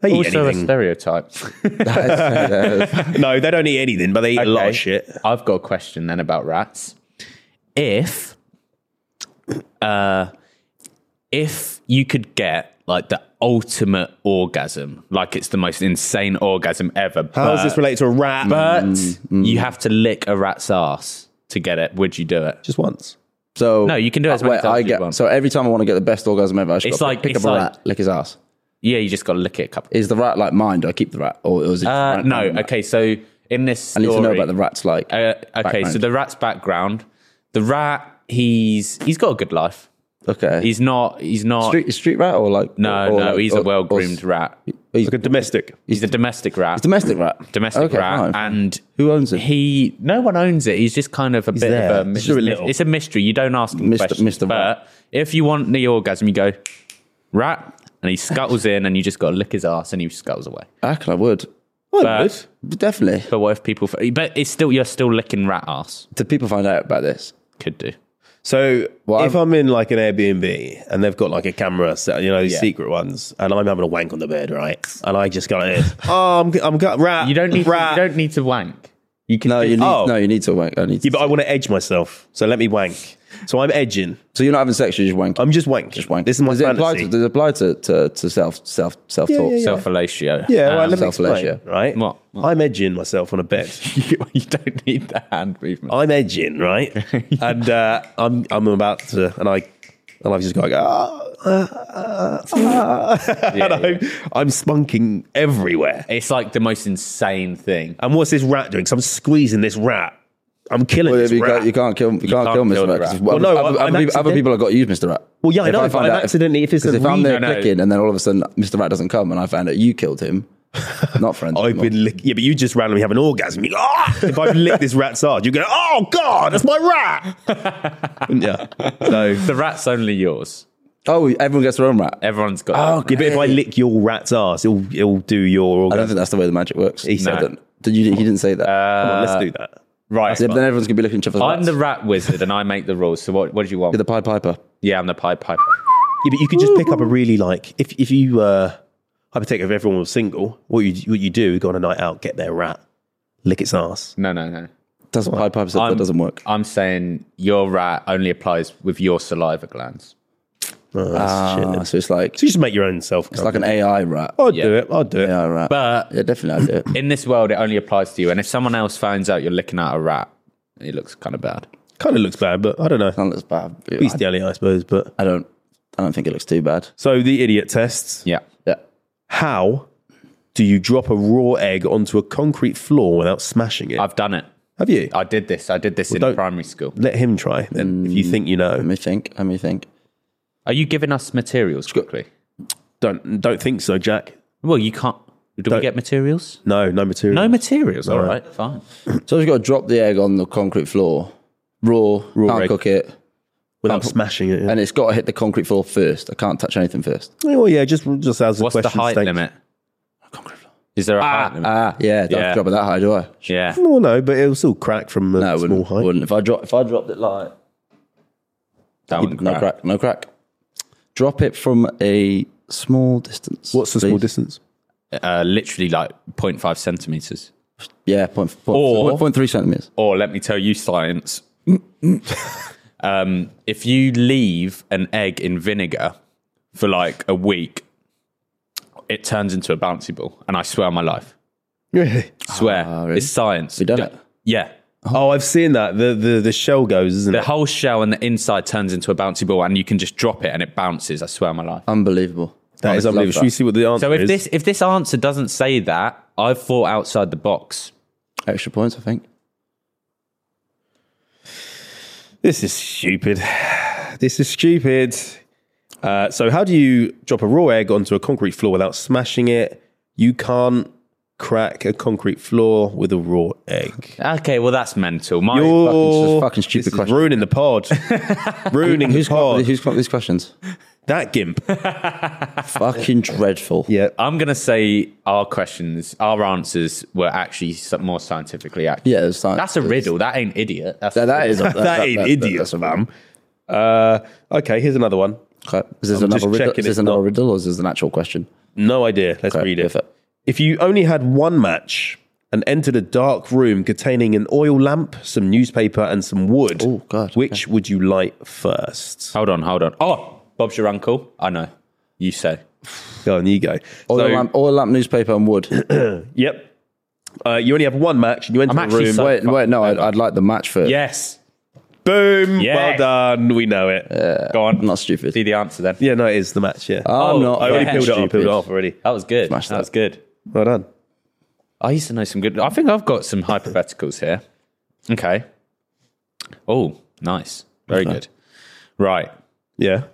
A: They eat
B: Also a
A: anything.
B: stereotype. (laughs)
A: No, they don't eat anything, but they eat a lot
B: Okay.
A: of shit.
B: I've got a question then about rats. If, uh, if you could get like the ultimate orgasm, like it's the most insane orgasm ever,
A: How
B: but,
A: does this relate to a rat?
B: but
C: Mm,
B: you have to lick a rat's ass to get it, would you do it?
A: just once.
C: So
B: No, you can do it as many
C: Wait,
B: times
C: I
B: as you
C: get
B: want.
C: so every time I want to get the best orgasm ever, I should
B: It's
C: pick,
B: like-
C: pick
B: it's
C: up a
B: like-
C: rat, lick his ass.
B: Yeah, you just got to lick it a couple.
C: Is the rat like mine? Do I keep the rat, or, or is it? just
B: Uh,
C: rat-
B: no,
C: rat-
B: okay. So in this,
C: I
B: story,
C: need to know about the rat's like.
B: Uh, okay, so
C: background.
B: the rat's background. The rat, he's he's got a good life.
C: okay,
B: He's not. He's not.
C: street street rat or like
B: no,
C: or
B: no.
C: like-
B: he's
C: or-
B: a
C: or-
B: well groomed rat.
C: He's,
A: Like a domestic.
B: He's a domestic rat.
C: domestic rat.
B: domestic
C: Okay,
B: rat,
C: fine.
B: and
C: Who owns it?
B: He. No one owns it. He's just kind of a bit
A: there.
B: of a.
A: Just a
B: mystery.
A: little.
B: It's a mystery. You don't ask him
C: Mr.
B: questions.
C: Mr. Rat.
B: But if you want the orgasm, you go rat, and he scuttles in, and you just got to lick his ass, and he scuttles away.
C: I reckon I would.
B: But-
C: Definitely.
B: But what if people? But it's still you're still licking rat ass.
C: Did people find out about this?
B: Could do.
A: So
C: Well,
A: if I'm, in like an Airbnb and they've got like a camera set, you know, these
B: Yeah.
A: secret ones, and I'm having a wank on the bed, right? And I just go like (laughs) this. oh, I'm, I'm got rat.
B: You don't need. To,
A: rat.
B: you don't need to wank. You can.
C: No, you need,
A: Oh.
C: no, you need to wank. I need to,
A: yeah, but I want to edge myself, so let me wank. So I'm edging.
C: so you're not having sex, you're just wanking.
A: I'm just wank.
C: just wanking.
A: This is my
C: does it apply
A: fantasy.
C: to, does it apply to, to, to self self self talk?
B: Self fellatio.
A: yeah, right, let me
C: Ah, self-pleasure.
A: explain. Right,
B: What?
A: I'm edging myself on a bed.
B: (laughs) you, you don't need the hand movement.
A: I'm edging,
C: (laughs)
A: right? and uh, I'm I'm about to, and I and I've just got. Ah, ah, ah, (laughs) and I'm, I'm spunking everywhere.
B: It's like the most insane thing.
A: And what's this rat doing? So I'm squeezing this rat. I'm killing
C: Well,
A: this
C: you,
A: rat.
C: can't, you can't kill, you can't
B: can't
C: kill
B: kill the
C: Mr. Rat. 'cause
B: rat.
A: Well, no,
C: other,
A: I'm
C: other, people, other
A: accident-
C: people have got used Mr. Rat.
A: Well, yeah, I
C: If
A: know, but
C: find
A: I'm
C: out-
A: accidentally- if it's
C: 'cause
A: a
C: if I'm
A: re-
C: there
B: No, no.
C: clicking and then all of a sudden Mr. Rat doesn't come and I found out you killed him, not friends.
A: I've
C: anymore.
A: been lick- yeah, but you just randomly have an orgasm. You go, ah! If I've licked this rat's hard, you go, oh god, that's my
C: (laughs)
A: rat. yeah. So,
B: The rat's only yours.
C: Oh, everyone gets their own rat.
B: Everyone's got.
A: yeah, but if I lick your rat's ass, it'll it'll do your
C: I don't
A: orgasm.
C: think that's the way the magic works. He
B: said
C: that. Did you, he didn't say that.
A: Come on,
C: Uh,
A: let's do that.
B: right.
C: Yeah, but then everyone's gonna be looking at each other.
B: I'm the rat wizard and I make the rules. So what? What do you want?
C: You're the Pied Piper.
B: yeah, I'm the pipe pipe.
A: Yeah, but you could just pick up a really like if if you uh hypothetically if everyone was single, what you what you do, go on a night out, get their rat, lick its ass.
B: No, no, no.
C: Doesn't Pied Piper said that
B: I'm-
C: doesn't work.
B: I'm saying your rat only applies with your saliva glands.
A: Oh, that's shit.
C: Ah, so it's like
A: So you just make your own self.
C: it's like an AI rat.
A: I'll
B: Yeah.
A: do it. I'll do it.
C: AI rat.
B: But
C: yeah, definitely I do it.
B: in this world, it only applies to you. And if someone else finds out you're licking out a rat, it looks kind of bad.
A: Kind of looks bad, but I don't know.
C: That looks bad.
A: He's the I suppose. But
C: I don't. I don't think it looks too bad.
A: so the idiot tests.
B: Yeah.
C: Yeah.
A: How do you drop a raw egg onto a concrete floor without smashing it?
B: I've done it.
A: Have you?
B: I did this. I did this in
A: don't-
B: primary school.
A: Let him try then. if you think you
C: Let
A: know,
C: me think. Let me think.
B: Are you giving us materials quickly?
A: don't don't think so, Jack.
B: Well, you can't. Do we
A: Don't-
B: get materials?
A: No, no material.
B: No materials. All right, fine.
C: So I've got to drop the egg on the concrete floor, raw. can't
A: egg.
C: cook it,
A: without smashing it.
C: and it's got to hit the concrete floor first. I can't touch anything first.
A: oh yeah, just just as a
B: What's the
A: question
B: height
A: states.
B: limit? Is there a height limit?
C: Ah, yeah. Don't
B: Yeah.
C: drop it that high, do I?
B: yeah.
A: Well, no, but it'll still crack from a
C: No, I
A: small
C: wouldn't.
A: height.
C: Wouldn't. If I drop, if I dropped it like
B: That one
C: no crack, no crack. Drop it from a small distance.
A: What's the
C: please.
A: small distance?
B: Uh, literally like 0.5 centimeters.
C: Yeah, point, point,
B: Or-
C: point, point three centimeters.
B: Or let me tell you, science. (laughs) um, if you leave an egg in vinegar for like a week, it turns into a bouncy ball. And I swear on my life.
A: Really?
B: Swear.
C: Ah, really?
B: It's science.
C: You done
B: D-
C: it?
B: Yeah.
A: Oh, I've seen that. The the, the shell goes, isn't
B: The
A: it?
B: whole shell and the inside turns into a bouncy ball, and you can just drop it and it bounces. I swear on my life.
C: Unbelievable.
A: That is unbelievable. Should we see what the answer
B: So if
A: is?
B: this if this answer doesn't say that, I've thought outside the box.
C: Extra points, I think.
A: This is stupid. (sighs) This is stupid. Uh, so how do you drop a raw egg onto a concrete floor without smashing it? You can't crack a concrete floor with a raw egg.
B: Okay, well that's mental. My
A: You're
C: fucking stupid
A: this is
C: question.
A: ruining the pod. (laughs) ruining
C: Who's
A: the pod.
C: who's got
A: (laughs)
C: these questions?
A: that gimp.
C: Fucking dreadful.
A: yeah.
B: I'm gonna say our questions, our answers were actually s- more scientifically accurate.
C: Yeah, it's like,
B: That's a riddle. That ain't idiot. That's
C: That, that
B: (laughs)
C: is a,
A: that ain't idiot,
C: that's a-
A: fam. Uh, okay, here's another one.
C: Okay. Is this
A: I'm
C: another
A: just
C: riddle?
A: checking
C: Is this
A: it's
C: another
A: not-
C: riddle or is this an actual question?
A: No idea. Let's
C: Okay,
A: read it.
C: perfect.
A: If you only had one match and entered a dark room containing an oil lamp, some newspaper, and some wood,
C: Oh, God,
A: which would you light first?
B: Hold on, hold on. Oh, Bob's your uncle. I know. You say.
A: Go on, you go.
C: Oil,
A: So,
C: lamp, oil lamp, newspaper, and wood.
A: (laughs) Yep. Uh, you only have one match and you enter
B: I'm
A: a
B: actually
A: room.
B: so-
C: wait, wait, no, I'd, I'd like the match first.
B: Yes.
A: Boom.
B: Yes.
A: Well done. We know it.
B: Go on.
C: I'm not stupid.
B: See the answer then.
A: Yeah, no, it is the match. Yeah.
C: I'm
B: Oh,
C: not.
A: I already
B: yeah.
A: peeled it off.
C: stupid.
A: Peeled it off already.
B: That was good.
C: Smash
B: that
C: that.
B: was good.
A: Well done.
B: I used to know some good. I think I've got some hypotheticals here. Okay. Oh, nice. Very good. Right.
A: Yeah.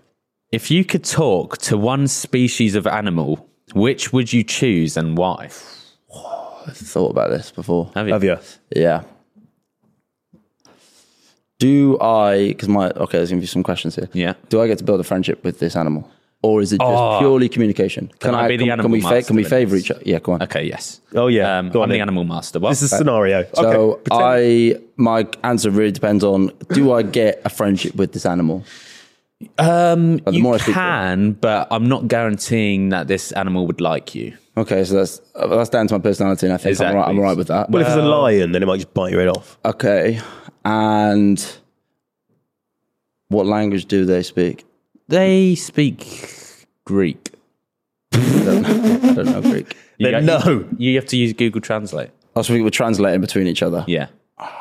B: If you could talk to one species of animal, which would you choose and why?
C: Thought about this before.
B: Have
A: Have you?
C: Yeah. Do I? Because my okay, there's gonna be some questions here.
B: Yeah.
C: Do I get to build a friendship with this animal? or is it just
B: Oh.
C: purely communication? Can,
B: I be the
C: can, can we
B: animal
C: fa- can we
B: master in
C: favor
B: this?
C: each other? Yeah, go on.
B: Okay, yes.
A: Oh, yeah.
B: Um,
A: Go on
B: I'm the
A: then.
B: animal master. What?
A: This is a scenario.
C: So
A: okay. pretend-
C: I my answer really depends on do I get a friendship with this animal?
B: um,
C: the
B: you
C: more I speak to it.
B: can, but I'm not guaranteeing that this animal would like you.
C: Okay, so that's uh, that's down to my personality, and I think I'm, right, I'm
B: Exactly.
C: right with that.
A: well, if it's a lion, then it might just bite your head off.
C: okay, and what language do they speak?
B: They speak Greek.
C: I don't know Greek.
B: You
A: Then
B: go-
A: no.
B: You have to use Google Translate.
C: I suppose Oh, we're translating between each other.
B: Yeah.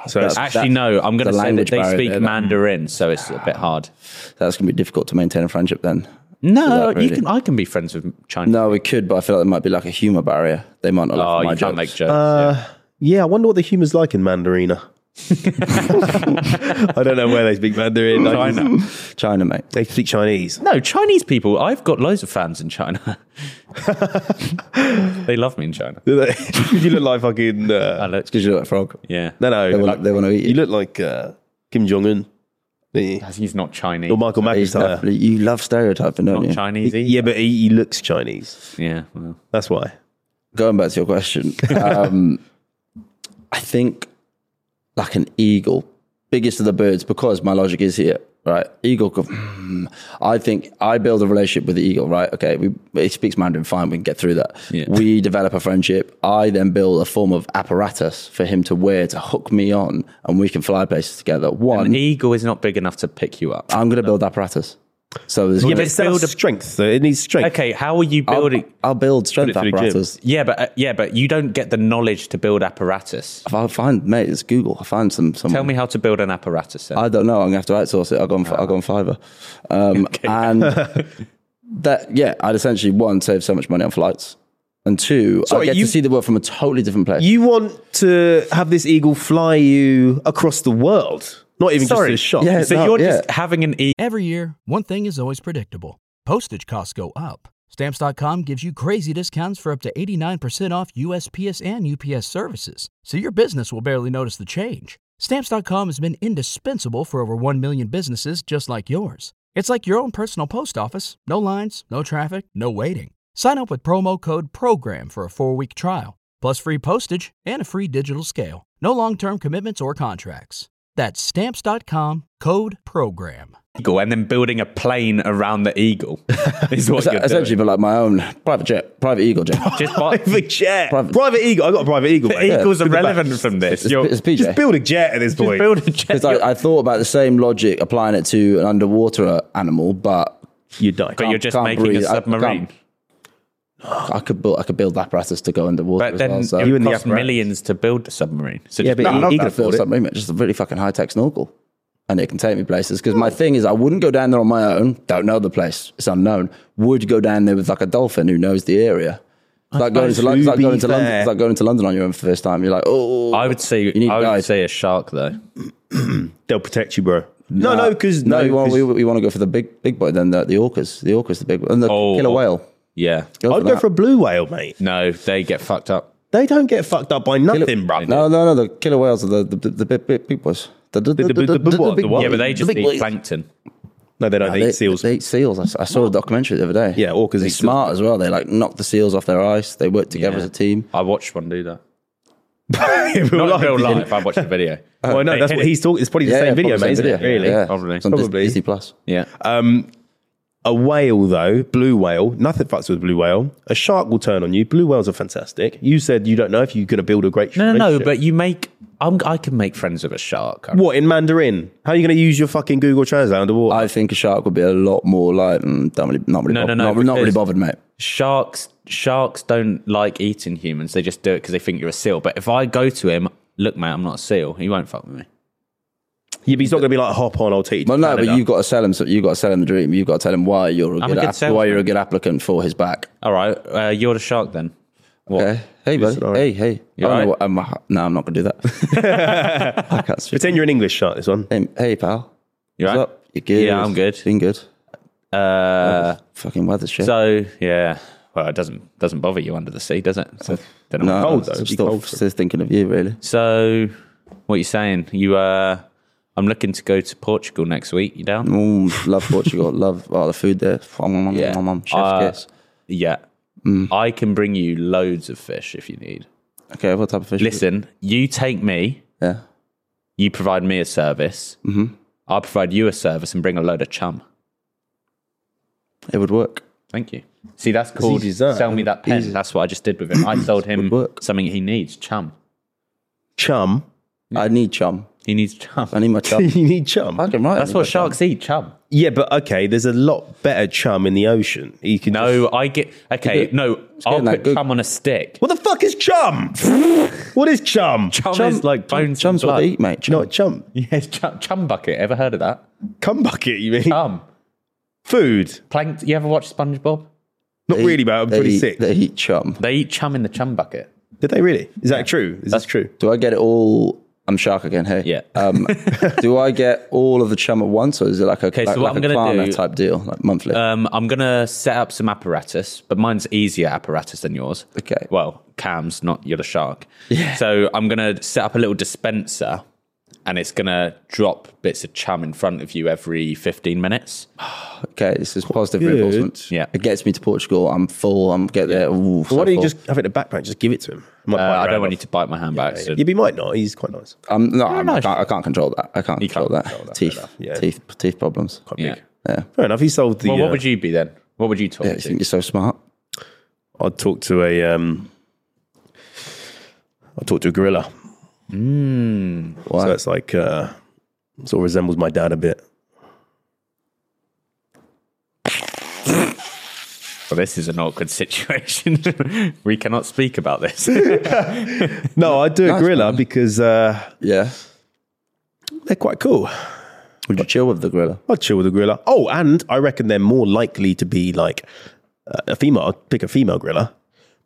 A: So it's-
B: Actually,
C: that-
B: no. I'm going to say
C: Ah, the
B: that
C: language
B: they
C: barrier
B: speak
C: there, that-
B: Mandarin, so it's a bit hard.
C: That's gonna be difficult to maintain a friendship then.
B: No,
C: that
B: you
C: really-
B: can. I can be friends with Chinese.
C: No, we could, but I feel like there might be like a humor barrier. They might not
B: oh,
C: like
B: you
C: my
B: can't
C: jokes. Uh,
B: make jokes.
A: yeah, I wonder what the humour's like in Mandarina. (laughs) I don't know where they speak Mandarin.
C: (laughs)
A: China.
C: China, mate.
A: They speak Chinese. (laughs)
B: no, Chinese people. I've got loads of fans in China. they love me in China.
A: Do they? you look like fucking. Uh,
B: I look,
C: Because you look like a frog.
B: yeah.
A: no, no.
C: They wanna-
A: like-
C: they wanna eat you.
A: You look like uh, Kim Jong Un.
B: He's not Chinese.
A: Or Michael
C: He's
A: McIntyre.
C: definitely- you love stereotyping, don't
B: Not
C: you?
B: Chinese.
A: Yeah, but he, he looks Chinese.
B: Yeah. Well,
A: That's why.
C: Going back to
A: (laughs)
C: your question, um, I think like an eagle, biggest of the birds, because my logic is here, right? Eagle, could- hmm, I think I build a relationship with the eagle, right? Okay, we, it speaks Mandarin, fine, we can get through that.
B: Yeah.
C: We develop a friendship. I then build a form of apparatus for him to wear to hook me on, and we can fly places together. One,
B: an eagle is not big enough to pick you up.
C: I'm going to build apparatus. So there's
A: Yeah, but it's build a strength. though. It needs strength.
B: Okay, how are you
C: I'll,
B: building?
C: I'll build strength
A: through the gym.
C: apparatus.
B: yeah, but uh, yeah, but you don't get the knowledge to build apparatus.
C: I'll find mate, it's Google. I will find some. some
B: Tell me how to build an apparatus. Then.
C: I don't know. I'm gonna have to outsource it. I'll go on.
B: Ah.
C: I'll go on Fiverr.
B: (laughs)
C: Um, And that, yeah, I'd essentially one save so much money on flights, and two, I
A: Sorry,
C: get
A: you-
C: to see the world from a totally different place.
A: You want to have this eagle fly you across the world, not even
B: Sorry.
A: just to the shop.
C: Yeah,
B: so
C: no,
B: you're
C: yeah.
B: just having an e-, eagle.
F: Every year, one thing is always predictable postage costs go up. Stamps.com gives you crazy discounts for up to 89% off USPS and UPS services, so your business will barely notice the change. Stamps.com has been indispensable for over 1 million businesses just like yours. It's like your own personal post office no lines, no traffic, no waiting. Sign up with promo code PROGRAM for a four week trial, plus free postage and a free digital scale. No long term commitments or contracts. That's stamps.com code PROGRAM.
B: and then building a plane around
A: (laughs)
B: the eagle is what
C: Essa-
B: you're
C: essentially,
B: doing.
C: but like my own private jet, private eagle jet.
B: Just
A: (laughs)
B: buy-
A: Private jet.
C: (laughs) Private-
A: Private, eagle. I got a private eagle. mate.
B: eagles
A: To
B: are
A: the back.
B: relevant from this.
C: It's,
B: You're,
C: it's
A: Just
C: PJ.
A: build a jet at this point.
B: build a jet.
C: Because I, I thought about the same logic applying it to an underwater animal, but
A: you die.
B: but you're just
C: can't
B: making
C: breathe.
B: a
C: I- I
B: submarine.
C: can't. I could build, I could build apparatus to go underwater.
B: But
C: as
B: then
C: well, so.
B: it
A: You
B: would
A: and the
B: cost
A: apparatus.
B: millions to build a submarine. So
A: Yeah, but
B: just-
C: No,
A: he-
C: not
A: he
C: that
A: could
C: feel
A: afford it.
C: something, mate. Just a really fucking high tech snorkel. And it can take me places. Because my thing is, I wouldn't go down there on my own. Don't know the place. It's unknown. Would go down there with like a dolphin who knows the area. It's like going to,
A: suppose
C: Lon-
A: to
C: it's like
A: be
C: going to London.
A: fair-
C: It's like going to London on your own for the first time. You're like, oh,
B: I would say
C: You need
B: I would
C: guys.
B: say a shark though.
A: They'll protect you, bro. No, no, because
C: no,
A: no,
C: we want,
A: 'cause
C: we, we want to go for the big big boy. Then the, the orcas, the orcas, the big one, and the
B: Oh.
C: killer whale.
B: Yeah. Oh,
C: Go
A: I'd
C: for
A: go
C: that.
A: for a blue whale, mate.
B: No, they get fucked up.
A: They don't get fucked up by nothing, bro.
C: no, no, no. The killer whales are the the, the, the big, big, big boys. The, the,
A: the- the- the what?
C: big
A: The what?
B: Yeah, but
C: boys.
B: they just
C: big
B: eat
C: boys.
B: plankton.
A: No, they don't.
C: They,
A: they eat seals.
C: They eat seals. I s- I, saw a documentary the other day.
A: Yeah, orcas
C: They're
A: eat seals.
C: smart as well. They like knock the seals off their ice. They work together as a team.
B: I watched one do that.
A: In real
B: Not in
A: life,
B: real
A: they
B: life. I watched the video.
A: Well, no, that's what he's talking. It's probably the same video, mate.
C: probably
A: Isn't
C: same
A: it?
C: video.
A: Really?
C: Yeah.
B: Probably.
C: It's on Dis-
A: Probably.
C: Disney Plus.
B: Yeah.
A: A whale, though, blue whale, nothing fucks with blue whale. A shark will turn on you. Blue whales are fantastic. You said you don't know if you're going to build a great.
B: no, no, no.
A: relationship.
B: But you make. I'm, I can make friends with a shark.
A: what in Mandarin? How are you going to use your fucking Google Translate underwater?
C: I think a shark would be a lot more like mm, don't really, not really,
B: No,
C: bothered,
B: no, no,
C: not, not really
B: because-
C: bothered, mate.
B: sharks sharks don't like eating humans. They just do it because they think you're a seal. But if I go to him, look, mate, I'm not a seal. He won't fuck with me.
A: yeah, but he's not going to be like, hop on, I'll teach. you
C: Well,
A: to
C: no,
A: Canada."
C: but you've got to sell him. So you've got to sell him the dream. You've got to tell him why you're a
B: I'm a
C: good,
B: good
C: app- why you're a good applicant for his back.
B: All right, uh, you're the shark then. What?
C: Okay. Hey, buddy. Hey, hey.
B: You
C: I don't
B: alright?
C: know what- I'm, no, I'm not gonna do that.
A: (laughs)
C: I can't speak.
A: pretend you're an English shark. This one.
C: Hey, hey, pal.
B: You
C: What's
B: right?
C: up? You good?
B: Yeah, I'm good.
C: Been good.
B: Uh,
C: Fucking weather shit.
B: so yeah, well, it doesn't doesn't bother you under the sea, does it? So, don't know.
C: no,
A: cold, though.
C: I'm
A: It'd be
C: Still,
A: cold for
C: still thinking of you, really.
B: so what are you saying? You uh, I'm looking to go to Portugal next week. You down?
C: Mm, love Portugal. love oh, the food there.
B: Yeah.
C: Yeah. Chef's
B: Uh,
C: kiss.
B: Yeah.
C: Mm.
B: I can bring you loads of fish if you need.
C: Okay, what type of fish? is it?
B: Listen, you take me,
C: Yeah.
B: you provide me a service, mm-hmm. I'll provide you a service and bring a load of chum.
C: It would work.
B: Thank you. See, that's called
A: easy as that.
B: sell me that pen. That's what I just did with
C: (clears throat)
B: him. I sold him
C: Would work.
B: something he needs chum.
A: Chum.
C: I need chum.
B: He needs chum.
C: I need my
B: (laughs)
A: (laughs)
C: chum.
A: you need chum.
C: Fucking right. I
B: That's
C: need
B: what
C: my chum.
B: sharks eat chum.
A: Yeah, but okay, there's a lot better chum in the ocean. You can just-
B: No, I get. Okay,
C: good.
B: no, I'll
C: getting that
B: put
C: good-
B: chum on a stick. (laughs)
A: What the fuck is chum? what is chum?
B: Chum, is like bones
C: Chum's
B: and
C: what
B: blood.
C: they eat, mate. Chum.
A: No, chum.
B: Yes, chum, chum bucket. Ever heard of that?
A: Cum bucket, you mean?
B: Chum.
A: Food.
B: Plank. You ever watch SpongeBob?
A: Not really, but I'm
C: They
A: pretty
C: eat-
A: sick.
C: They eat chum.
B: They eat chum in the chum bucket.
A: Did they really? Is that true? Is that true?
C: Do I get it all? I'm shark again. Hey.
B: Yeah. (laughs)
C: Um, do I get all of the chum at once, or is it like a
B: Okay, so
C: like,
B: what
C: like
B: I'm
C: a
B: gonna
C: Klarna
B: do-
C: type deal, like monthly?
B: Um, I'm gonna set up some apparatus, but mine's easier apparatus than yours.
C: Okay.
B: Well, cams, not you're the shark. Yeah. So I'm gonna set up a little dispenser, and it's gonna drop bits of chum in front of you every 15 minutes.
C: okay, this is positive reinforcement.
B: Yeah.
C: It gets me to Portugal. I'm full. I'm get there. Ooh, so
A: Why don't you
C: full.
A: just have it in a backpack? Just give it to him. He might bite
B: Uh,
A: your
B: I don't
A: hand
B: want you
A: off.
B: to bite my hand by
A: Yeah,
B: accident.
A: yeah, but he might not. He's quite nice.
C: Um, no, I'm,
B: no,
C: I, can't, I can't control that. I can't
B: You
C: control
B: can't
C: that.
B: control that,
C: teeth,
A: fair enough. Yeah.
C: teeth, teeth problems.
A: Quite
B: Yeah.
A: big. Fair enough. He sold the.
B: Well,
A: uh,
B: what would you be then? What would you talk
C: Yeah, you
B: to?
C: think you're so smart?
A: I'd talk to a. Um, I'd talk to a gorilla.
B: Hmm.
C: Why?
A: So it's like uh, sort of resembles my dad a bit.
B: Well, this is an awkward (laughs) situation. we cannot speak about (laughs) this.
A: No, I'd do a
C: Nice
A: gorilla
C: one.
A: because uh,
C: yeah.
A: they're quite cool.
C: Would you chill with the gorilla?
A: I'd chill with a gorilla. Oh, and I reckon they're more likely to be like uh, a female. I'd pick a female gorilla.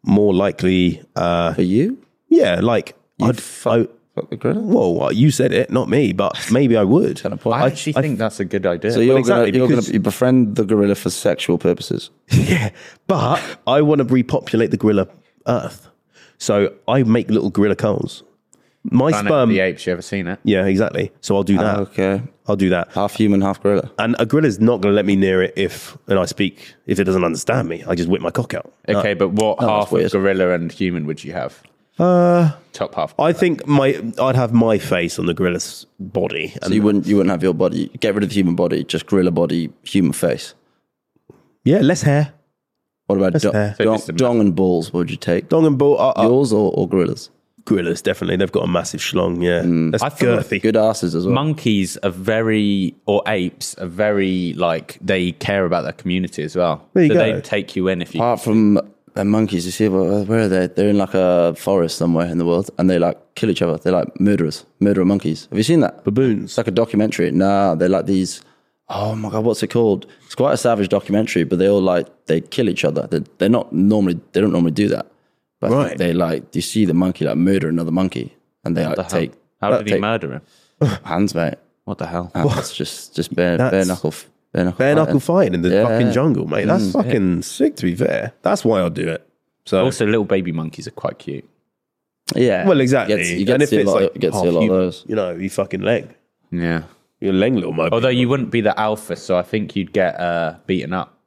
A: More likely, uh,
C: For you?
A: yeah, like I'd. I,
C: Fuck the gorilla?
A: well, well, you said it, not me, but
C: (laughs)
A: maybe I would.
B: I actually think that's a good idea.
C: So you're
A: exactly,
C: gonna you're
A: because-
C: gonna befriend the gorilla for sexual purposes.
A: (laughs) yeah, but I want to repopulate the gorilla Earth, so I make little gorilla coals. My
B: Planet of
A: sperm,
B: the apes. You ever seen it?
A: yeah, exactly. So I'll do that.
C: Ah, Okay,
A: I'll do that.
C: half human, half gorilla.
A: And a gorilla's not going to let me near it if, and I speak if it doesn't understand me. I just whip my cock out.
B: Okay, but what half of
C: weird.
B: gorilla and human would you have? Uh, Top half.
A: I think my I'd have my face on the gorilla's body. And
C: So you wouldn't you wouldn't have your body. Get rid of the human body, just gorilla body, human face.
A: yeah, less hair.
C: What about do,
A: fair. Uh,
B: So
C: dong,
B: just a-
C: dong and balls? What would you take?
A: Dong and ball are, are
C: Yours or, or gorillas?
A: gorillas definitely. They've got a massive schlong. Yeah,
C: Mm.
A: that's
B: I feel like-
A: girthy.
C: Good asses as well.
B: Monkeys are very, or apes are very like they care about their community as well.
A: There you
B: so
A: go.
B: they take you in if you.
C: Apart from the monkeys, you see where where are they? They're in like a forest somewhere in the world, and they like kill each other. They're like murderers, murderer monkeys. Have you seen that?
A: Baboons.
C: It's like a documentary. Nah, they're like these. Oh my god, what's it called? It's quite a savage documentary, but they all like they kill each other. They're, they're not normally they don't normally do that, but I think
A: Right.
C: they like you see the monkey like murder another monkey, and they like take
B: How did he
C: take
B: murder him?
C: hands, mate.
B: What the hell?
C: Hands, just just bare, bare
A: That's-
C: knuckle f- bare knuckle
A: Bare knuckle
C: fighting.
A: fighting in the
C: Yeah. Mm.
A: fucking jungle, mate. That's fucking sick. To be fair, that's why I'd do it. So
B: Also, little baby monkeys are quite cute.
C: Yeah,
A: well, exactly.
C: You get, to- you get to see a lot, you get to see a
A: half
C: lot of
A: human,
C: those.
A: you know, you fucking leg,
B: Yeah.
A: your leg, little mate.
B: Although you wouldn't be the alpha, so I think you'd get uh, beaten up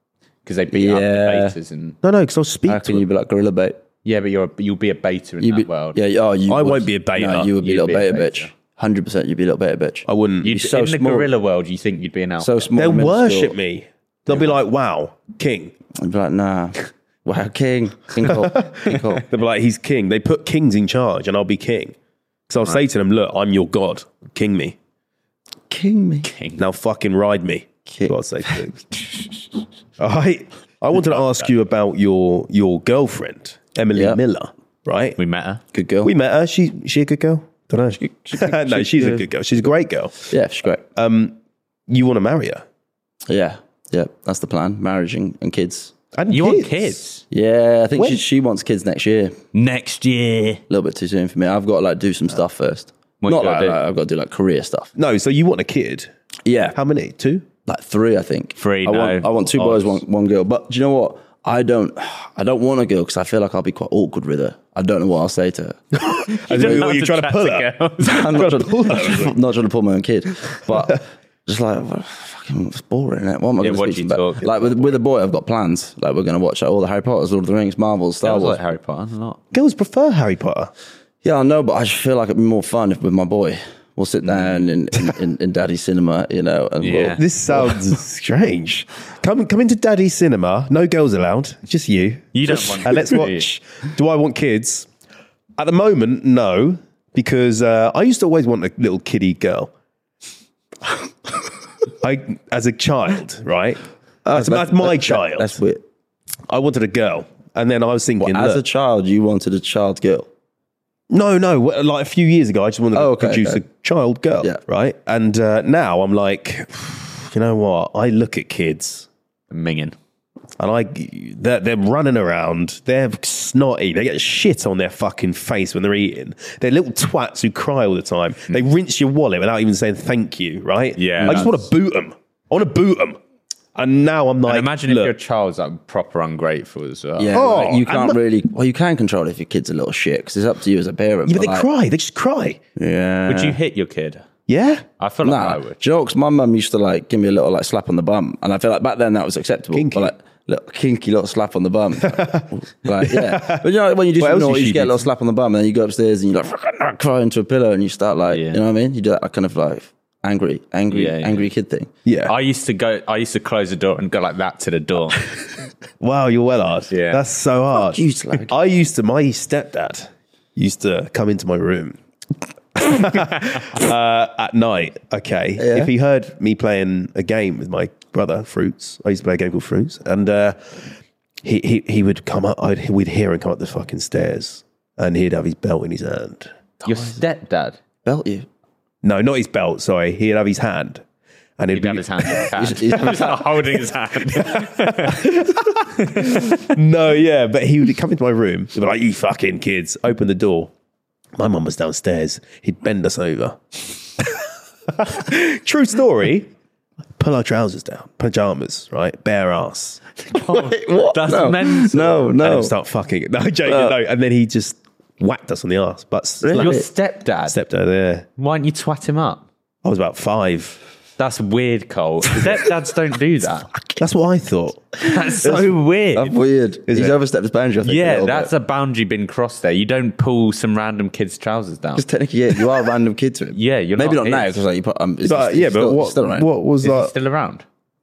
B: because they beat up
C: Yeah.
B: the betas and
A: no, no, because I'll speak
C: How
A: to
C: can you be like gorilla bait?
B: yeah, but you're a, you'll be a beta in
C: You
B: that
C: be
B: world.
C: yeah, oh, you
A: I
C: would-
A: won't be a beta.
C: No, you would be
B: You'd
C: little
B: be a
C: beta,
B: beta.
C: bitch. Hundred percent, you'd be little beta, bitch.
A: I wouldn't.
B: You'd,
C: You're so
B: in the
C: small.
B: gorilla world, you think you'd be an alpha.
C: so small.
A: They'll
C: and minuscule.
A: worship me. They'll be like, "Wow, king."
C: I'd be like, nah. (laughs) Wow, King. King Cole. King Cole.
A: They'll be like, "He's king." They put kings in charge, and I'll be king. So I'll say to them, "Look, I'm your god. King me.
C: (laughs) King me.
A: Now fucking ride me."
C: King.
A: God's sake. All right. I wanted to ask you about your your girlfriend, Emily
C: Yeah.
A: Miller. Right?
B: we met her.
C: Good girl.
A: We met her. She she a good girl? Don't know. (laughs) no, she's a good girl. She's a great girl.
C: yeah, she's great.
A: You want to marry her?
C: yeah. Yeah. That's the plan. Marriage and, and kids.
A: And
B: You want kids
C: Yeah, I think she, she wants kids next year. A
B: next year?
C: little bit too soon for me. I've got to like do some stuff first.
B: What
C: Not
B: you gotta
C: like,
B: do?
C: like, I've got to do like career stuff.
A: No, so you want a kid?
C: Yeah.
A: How many? Two?
C: Like three, I think.
B: Three,
C: I
B: no.
C: want, I want two boys, one, one girl. But do you know what? I don't, I don't want to go because I feel like I'll be quite awkward with her. I don't know what I'll say
B: (laughs)
C: to her.
A: I don't know what you're trying to pull her.
C: I'm not, trying (laughs) to, not trying to pull my own kid,
B: (laughs)
C: but just like well, fucking it's boring. Innit? What am I
B: Yeah,
C: going
B: what
C: to
B: do you
C: speak to them
B: talk?
C: about? Like with, with a boy, I've got plans. Like we're going to watch like, all the Harry Potter's, Lord of the Rings, Marvel,
B: That
C: Star
B: was
C: Wars.
B: like Harry Potter, not.
A: Girls prefer Harry Potter.
C: Yeah, I know, but I just feel like it'd be more fun if with my boy. We'll sit down in in, in, in daddy's cinema, you know, and
B: Mm. Yeah.
C: we'll,
A: (laughs) This sounds strange. Come come into daddy's cinema. No girls allowed. Just you.
B: You don't want
A: And let's
B: kids, do
A: watch. Do I want kids? At the moment, no, because uh, I used to always want a little kiddie girl. (laughs) I as a child, right?
C: Ah,
A: that's, that's my child.
C: That's weird.
A: I wanted a girl, and then I was thinking,
C: As a
A: look-
C: child, you wanted a child girl.
A: no, no, wh- like a few years ago, I just wanted
C: Oh,
A: to
C: okay,
A: produce
C: okay.
A: a child girl,
C: Yeah.
A: right? And uh, now I'm like, (sighs) you know what? I look at kids
B: Minging.
A: and I they're, they're running around. They're snotty. They get shit on their fucking face when they're eating. They're little twats who cry all the time. They rinse your wallet without even saying thank you. Right?
B: Hmm. Yeah.
A: I just want to boot them. I want to boot them. And now I'm like,
B: And imagine
A: look,
B: if your child's like proper ungrateful as well.
C: Yeah,
A: Oh,
C: like, you can't
A: I'm-
C: really. Well, you can control it if your kid's a little shit because it's up to you as a parent.
A: yeah, but they
C: like,
A: cry. They just cry.
C: Yeah.
B: Would you hit your kid?
A: Yeah.
B: I feel like I
C: Nah,
B: would.
C: jokes. My mum used to like give me a little like slap on the bum, and I feel like back then that was acceptable.
A: Kinky.
C: But like little kinky little slap on
A: (laughs)
C: the bum, like yeah. But you know when you do
A: What else
C: something, naughty,
A: did
C: you
A: she
C: just get a
A: do?
C: little slap on the bum, and then you go upstairs and you like fucking cry into a pillow, and you start like
B: Yeah.
C: you know what I mean? You do that like, kind of like angry, angry,
B: Yeah, yeah.
C: angry kid thing.
A: Yeah.
B: I used to go. I used to close the door and go like that to the door.
A: Wow, you're well hard.
B: Yeah.
A: That's so hard.
C: you, slag.
A: I used to, my stepdad used to come into my room (laughs) uh, at night. Okay. If he heard me playing a game with my brother, Fruits, I used to play a game called Fruits, and uh, he, he, he would come up, I'd, we'd hear him come up the fucking stairs, and he'd have his belt in his hand.
B: your stepdad.
C: Belt you.
A: No, not his belt, sorry. He'd have his hand. And he'd
B: He'd have
A: be,
B: his hand. in his hand.
C: he's-
B: (laughs) He's not holding his hand.
A: no, yeah, but he would come into my room. He'd be like, "You fucking kids, open the door." My mum was downstairs. He'd bend us over. (laughs) True story. Pull our trousers down, pajamas, right? Bare ass.
B: That's
C: no.
B: mental.
C: No,
A: And
C: no.
A: he'd start fucking. (laughs) No, joking, no. And then he just whacked us on the ass. But
B: Your
A: (laughs) slapped-
B: stepdad.
A: stepdad, yeah.
B: Why don't you twat him up?
A: I was about five.
B: That's weird, Cole. Stepdads don't do that.
A: That's what I thought.
B: That's so weird.
C: That's weird. He's
A: it?
C: overstepped his boundary. I think, a
B: yeah,
C: little
B: that's
C: bit.
B: a boundary been crossed there. You don't pull some random kid's trousers down.
C: Because technically, yeah, you are a random kid to him.
B: Yeah, you're
C: maybe
B: not
C: not, now
B: his.
C: because like you put. Um, it's,
A: But
C: it's
A: yeah,
C: still-
A: but
C: it's
A: what?
C: still right.
A: What was
B: Is it
A: that?
B: still around?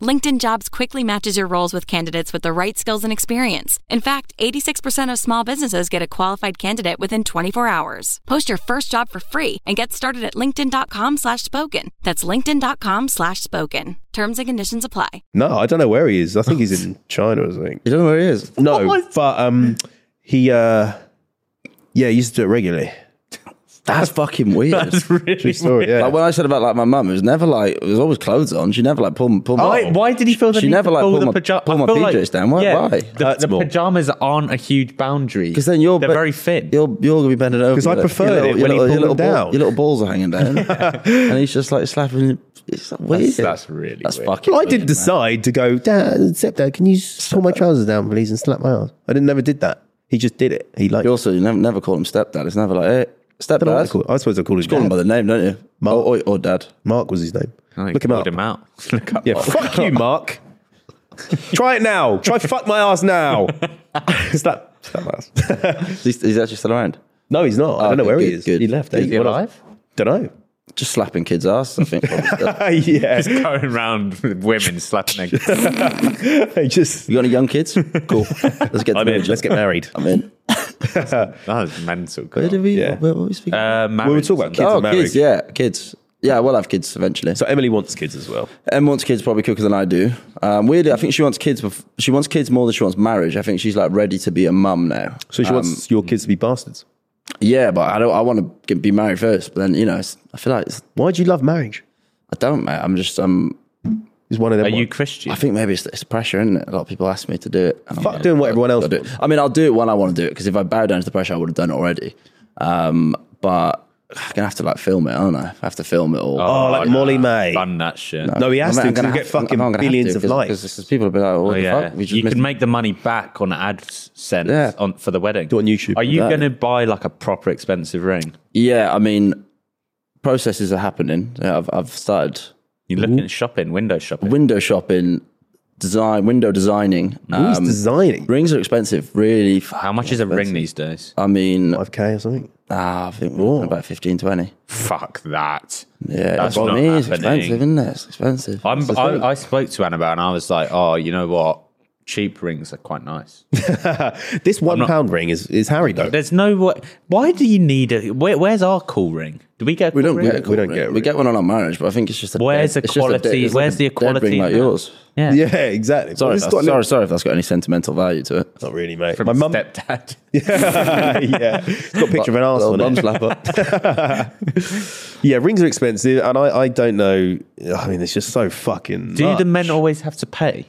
G: LinkedIn Jobs quickly matches your roles with candidates with the right skills and experience. In fact, 86% of small businesses get a qualified candidate within 24 hours. Post your first job for free and get started at linkedin.com slash spoken. That's linkedin.com slash spoken. Terms and conditions apply.
A: No, I don't know where he is. I think he's in China or something.
C: You don't know where he is.
A: (laughs) No, but um, he uh, yeah, he used to do it regularly.
C: That's
A: (laughs)
C: fucking weird.
A: True story. Yeah,
C: Like when I said about like my mum, it was never like it was always clothes on. She never like pull pull.
B: Why,
C: My,
B: why did he feel the
C: Oh. She
B: need
C: never
B: to
C: like
B: pull,
C: pull
B: the
C: my
B: paja- I
C: pull my
B: feel like-
C: PJs down. Why?
B: yeah,
C: why?
B: The, the
A: more.
B: pajamas aren't a huge boundary
C: Because then you're
B: they're
C: but
B: very thin.
C: You're you're gonna be bending over.
A: 'Cause I
C: your-
A: prefer
C: your
A: it
C: little-
A: when he
C: your
A: pulled
C: little
A: them
C: ball-
A: down.
C: Your little balls are
A: (laughs)
C: hanging down, and he's just like slapping. it. It's like weird.
B: that's really
C: That's
B: weird.
C: fucking.
A: well, I
C: weird,
A: did
C: man.
A: decide to go, Dad, stepdad, can you s- pull my trousers down, please, and slap my ass? I didn't never did that. He just did it. He liked.
C: You also you never never call him stepdad. It's never like hey
A: I, don't know what I,
C: stepdad.
A: call, I suppose I call his
C: Call him
A: dad.
C: by the name, don't you?
A: Mark.
C: Or, or, or dad.
A: Mark was his name.
B: I think
A: Look him
B: called
A: up.
B: him out. (laughs) Look up.
C: (laughs)
A: Yeah, fuck you, Mark. Try it now. Try fuck my ass now. (laughs) slap, slap my ass.
C: He's, he's actually still around.
A: No, he's not. I
C: Oh,
A: don't know
C: okay,
A: where he
C: good,
A: is.
C: good.
A: He left.
C: Is he
A: alive? Don't know.
C: Just slapping kids' ass. I think. uh, probably still.
A: (laughs) yeah,
B: Just going around with women slapping
C: (laughs)
B: their (laughs)
A: he just.
C: You got any young kids? Cool. Let's
A: (laughs)
C: get.
A: I'm
C: them
A: in.
C: each
A: Let's
C: other.
A: get married.
C: I'm in.
B: That was mental.
C: Where did we?
A: Yeah.
C: Where were we speaking?
B: Uh,
A: We were
B: marriage
A: talking about
B: and
A: kids
C: oh,
A: and marriage.
C: kids. Yeah, kids. Yeah, we'll have kids eventually.
A: So Emily wants kids as well.
C: Em wants kids probably quicker than I do. Um, weirdly, I think she wants kids. Bef- she wants kids more than she wants marriage. I think she's like ready to be a mum now.
A: So she
C: Um,
A: wants your kids to be bastards.
C: Yeah, but I don't. I want to be married first. But then you know, it's, I feel like it's,
A: Why do you love marriage?
C: I don't, mate. I'm just um,
D: It's one of them.
B: Are you
D: ones.
B: Christian?
C: I think maybe it's, it's pressure, isn't it? A lot of people ask me to do it. and I'm
D: Fuck
C: like,
D: doing what everyone else
C: I'll do it. I mean, I'll do it when I want to do it because if I bow down to the pressure, I would have done it already. Um, but I'm gonna have to like film it, aren't I? I have to film it all.
A: Oh, like Molly May.
B: Run that shit.
A: No, Oh, he has
C: I'm
A: to because
C: gonna have
A: get
C: to-
A: fucking
C: I'm gonna have
A: billions
C: to,
A: of
C: 'cause-
A: likes.
C: 'cause it's- people will be like, "What
B: Oh,
C: the
B: yeah.
C: fuck?" We just
B: You
C: missed-
B: can make the money back on AdSense
C: Yeah.
B: on, for the wedding.
A: on YouTube.
B: Are you
C: Exactly.
B: going to buy like a proper expensive ring?
C: yeah, I mean, processes are happening. Yeah, I've, I've started
B: You're looking at shopping, window shopping.
C: window shopping, design, window designing.
A: Who's
C: Um,
A: designing?
C: rings are expensive, really. f-
B: How much is a ring these days?
C: I mean,
A: Five k or something. (laughs)
C: ah, I think we're talking about 15, 20.
B: Fuck that.
C: Yeah,
B: That's
C: that's what I
B: not
C: mean. It's
B: happening.
C: expensive, isn't it? It's expensive.
B: I'm, I, I spoke to Annabelle and I was like, oh, you know what? Cheap rings are quite nice.
A: This one pound ring is is Harry though.
B: There's no way. Why do you need a? Where, where's our cool ring? Do we get? A
C: we
B: cool
C: don't
B: ring?
C: get.
A: We don't get
C: We get one on our marriage, but I think it's just a.
B: Where's
C: dead-
B: the
C: it's just a dead-
B: quality?
C: it's like
B: where's
C: a
B: the
C: dead ring
B: equality?
C: like
B: now?
C: yours?
B: Yeah.
A: Yeah, exactly.
C: Sorry,
A: Well,
C: if
A: it's
C: that's,
A: got no-
C: sorry, sorry if that's got any sentimental value to
A: (laughs)
C: it.
A: not really, mate.
B: From
A: My mum. (laughs)
B: stepdad.
A: yeah, it's got a picture of an arse
C: Little
A: on
C: bum
A: it.
C: slapper.
A: (laughs) Yeah, rings are expensive, and I, I don't know. I mean, it's just so fucking.
B: Do
A: much.
B: the men always have to pay?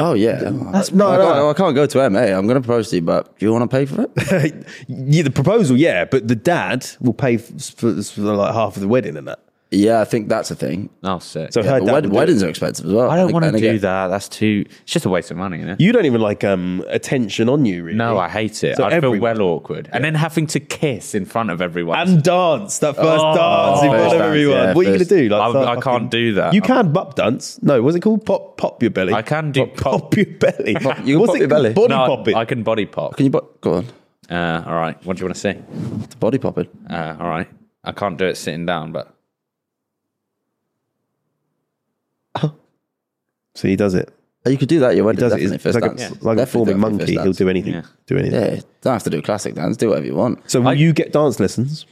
C: oh yeah, that's
A: no,
C: I,
A: no.
C: Can't, I can't go to MA. I'm going to propose to you, but do you want to pay for it?
A: (laughs) yeah, the proposal? Yeah, but the dad will pay f- for, for like half of the wedding and that.
C: (laughs) yeah, I think that's a thing.
B: Oh, sick.
A: So her
C: But
A: dad
C: wed-
A: would do it.
C: weddings are expensive as well.
B: I don't want to
C: And
B: do
C: again-
B: that. That's too. It's just a waste of money, isn't it?
A: You don't even like um attention on you, really.
B: no, I hate it.
A: So
B: I feel
A: everyone-
B: well awkward, and then having to kiss in front of everyone.
A: And dance that first
B: Oh,
A: dance in front
C: first
A: of
C: dance,
A: everyone.
C: yeah,
A: what are you
C: first-
A: gonna do? Like,
B: I-
A: start
B: I can't do that.
A: You can bop dance. No, what's it called? Pop, pop your belly.
B: I can do
A: pop,
B: pop-
A: pop your belly.
C: you can
A: What's
C: pop
A: it
C: your belly.
A: called? Body
B: No,
A: pop it.
B: I can body pop.
C: Can you bo- go on?
B: Uh, all right. What do you want to see?
C: The body popping.
B: Uh, all right. I can't do it sitting down, but
A: so he does it.
C: Oh, You could do that. at Your
A: He
C: wedding
A: does it.
C: definitely
A: It's
C: first
A: like
C: dance.
A: a, like a
C: Definitely,
A: performing
C: definitely
A: monkey.
C: first
A: He'll
C: dance.
A: do anything.
B: Yeah.
A: Do anything.
C: Yeah, don't have to do a classic dance. Do whatever you want.
A: So will you get dance lessons?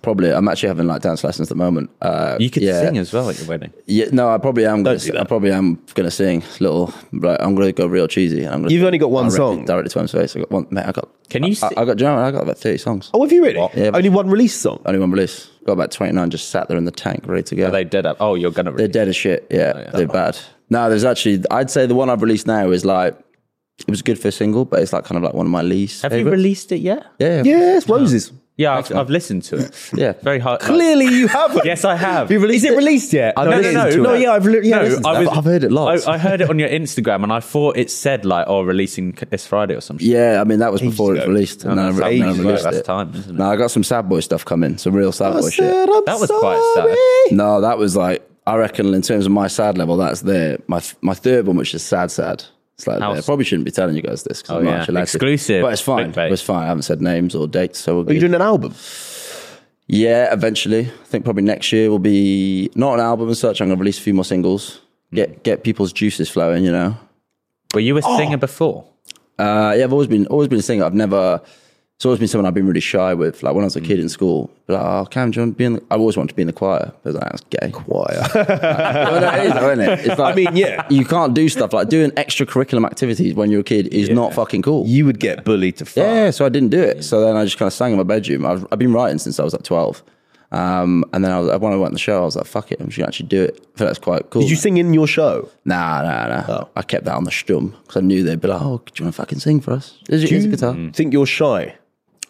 C: Probably, I'm actually having like dance lessons at the moment. Uh,
B: you could
C: yeah.
B: sing as well at your wedding.
C: Yeah, no, I probably am. Gonna,
A: do
C: sing- I
A: that.
C: probably am going to sing little. Like, I'm going to go real cheesy. and I'm gonna
A: You've
C: sing
A: only got one
C: directly,
A: song.
C: directly to him face. I got one. Mate, I got.
B: Can you
C: I,
B: sing-
C: I got. Do you know what? I got about 30 songs.
A: Oh, have you really?
C: Yeah.
A: Only one release song.
C: Only one release. Got about 29. Just sat there in the tank, ready to go.
B: Are they Oh, dead up? Oh, you're gonna.
C: They're dead as shit. Yeah, they're bad. No, there's actually. I'd say the one I've released now is like. It was good for a single, but it's like kind of like one of my least.
B: Have you
C: favorites.
B: released it yet?
C: Yeah, yeah,
A: Yes, roses.
B: Yeah, I've, I've listened to it.
C: yeah.
B: Very hard.
A: Clearly, you haven't.
B: Yes, I have.
A: You released it? Released yet?
C: I've
A: no, no,
C: listened
A: no,
C: to
A: no.
C: it.
A: Yeah, I've li- yeah.
B: No,
A: listened to
B: I
A: that.
B: was-
C: I've heard it lots.
B: I, I heard it on your Instagram, and I thought it said like, "Oh, releasing c- this Friday or something."
C: Yeah, I mean that was before it
A: ago.
C: released, and then I
B: that's
C: re- then I
B: ages ago.
C: released
B: That's
C: it.
B: time, isn't it?
C: No, I got some sad boy stuff coming, some real
A: Oh,
C: sad boy shit.
A: I'm
B: That was quite sad.
C: No, that was like I reckon in terms of my sad level, that's there. My my third one, which is sad, sad. It's like
B: How-
C: there. I probably shouldn't be telling you guys this because
B: Oh,
C: I'm not
B: yeah.
C: actually allowed to.
B: Exclusive.
C: but it's fine.
B: Clickbait.
C: It's fine. I haven't said names or dates, so we'll
A: Are
C: be,
A: you doing an album?
C: yeah. Eventually, I think probably next year will be not an album as such. I'm gonna release a few more singles, get get people's juices flowing. You know,
B: Were you a singer before?
C: Uh, yeah, I've always been always been a singer. I've never. It's always been someone I've been really shy with. Like when I was a kid in school, like, oh, Cam, do you want to be in? The, I always wanted to be in the choir. I was like, that's gay. Choir. (laughs) well, that is, though, isn't it? It's like, I mean,
A: yeah.
C: You can't do stuff like doing extracurriculum activities when you're a kid is not fucking cool.
A: You would get bullied to fuck.
C: yeah, so I didn't do it. So then I just kind of sang in my bedroom. I've, I've been writing since I was like 12. Um, and then I was, when I went to the show, I was like, fuck it, I'm just going to actually do it. I think that's quite cool.
A: Did you Oh. sing in your show?
C: Nah, nah, nah. I kept that on the strum because I knew they'd be like, "Oh, do you want to fucking sing for us? Is it
A: Do
C: is it
A: you
C: guitar?"
A: think you're shy?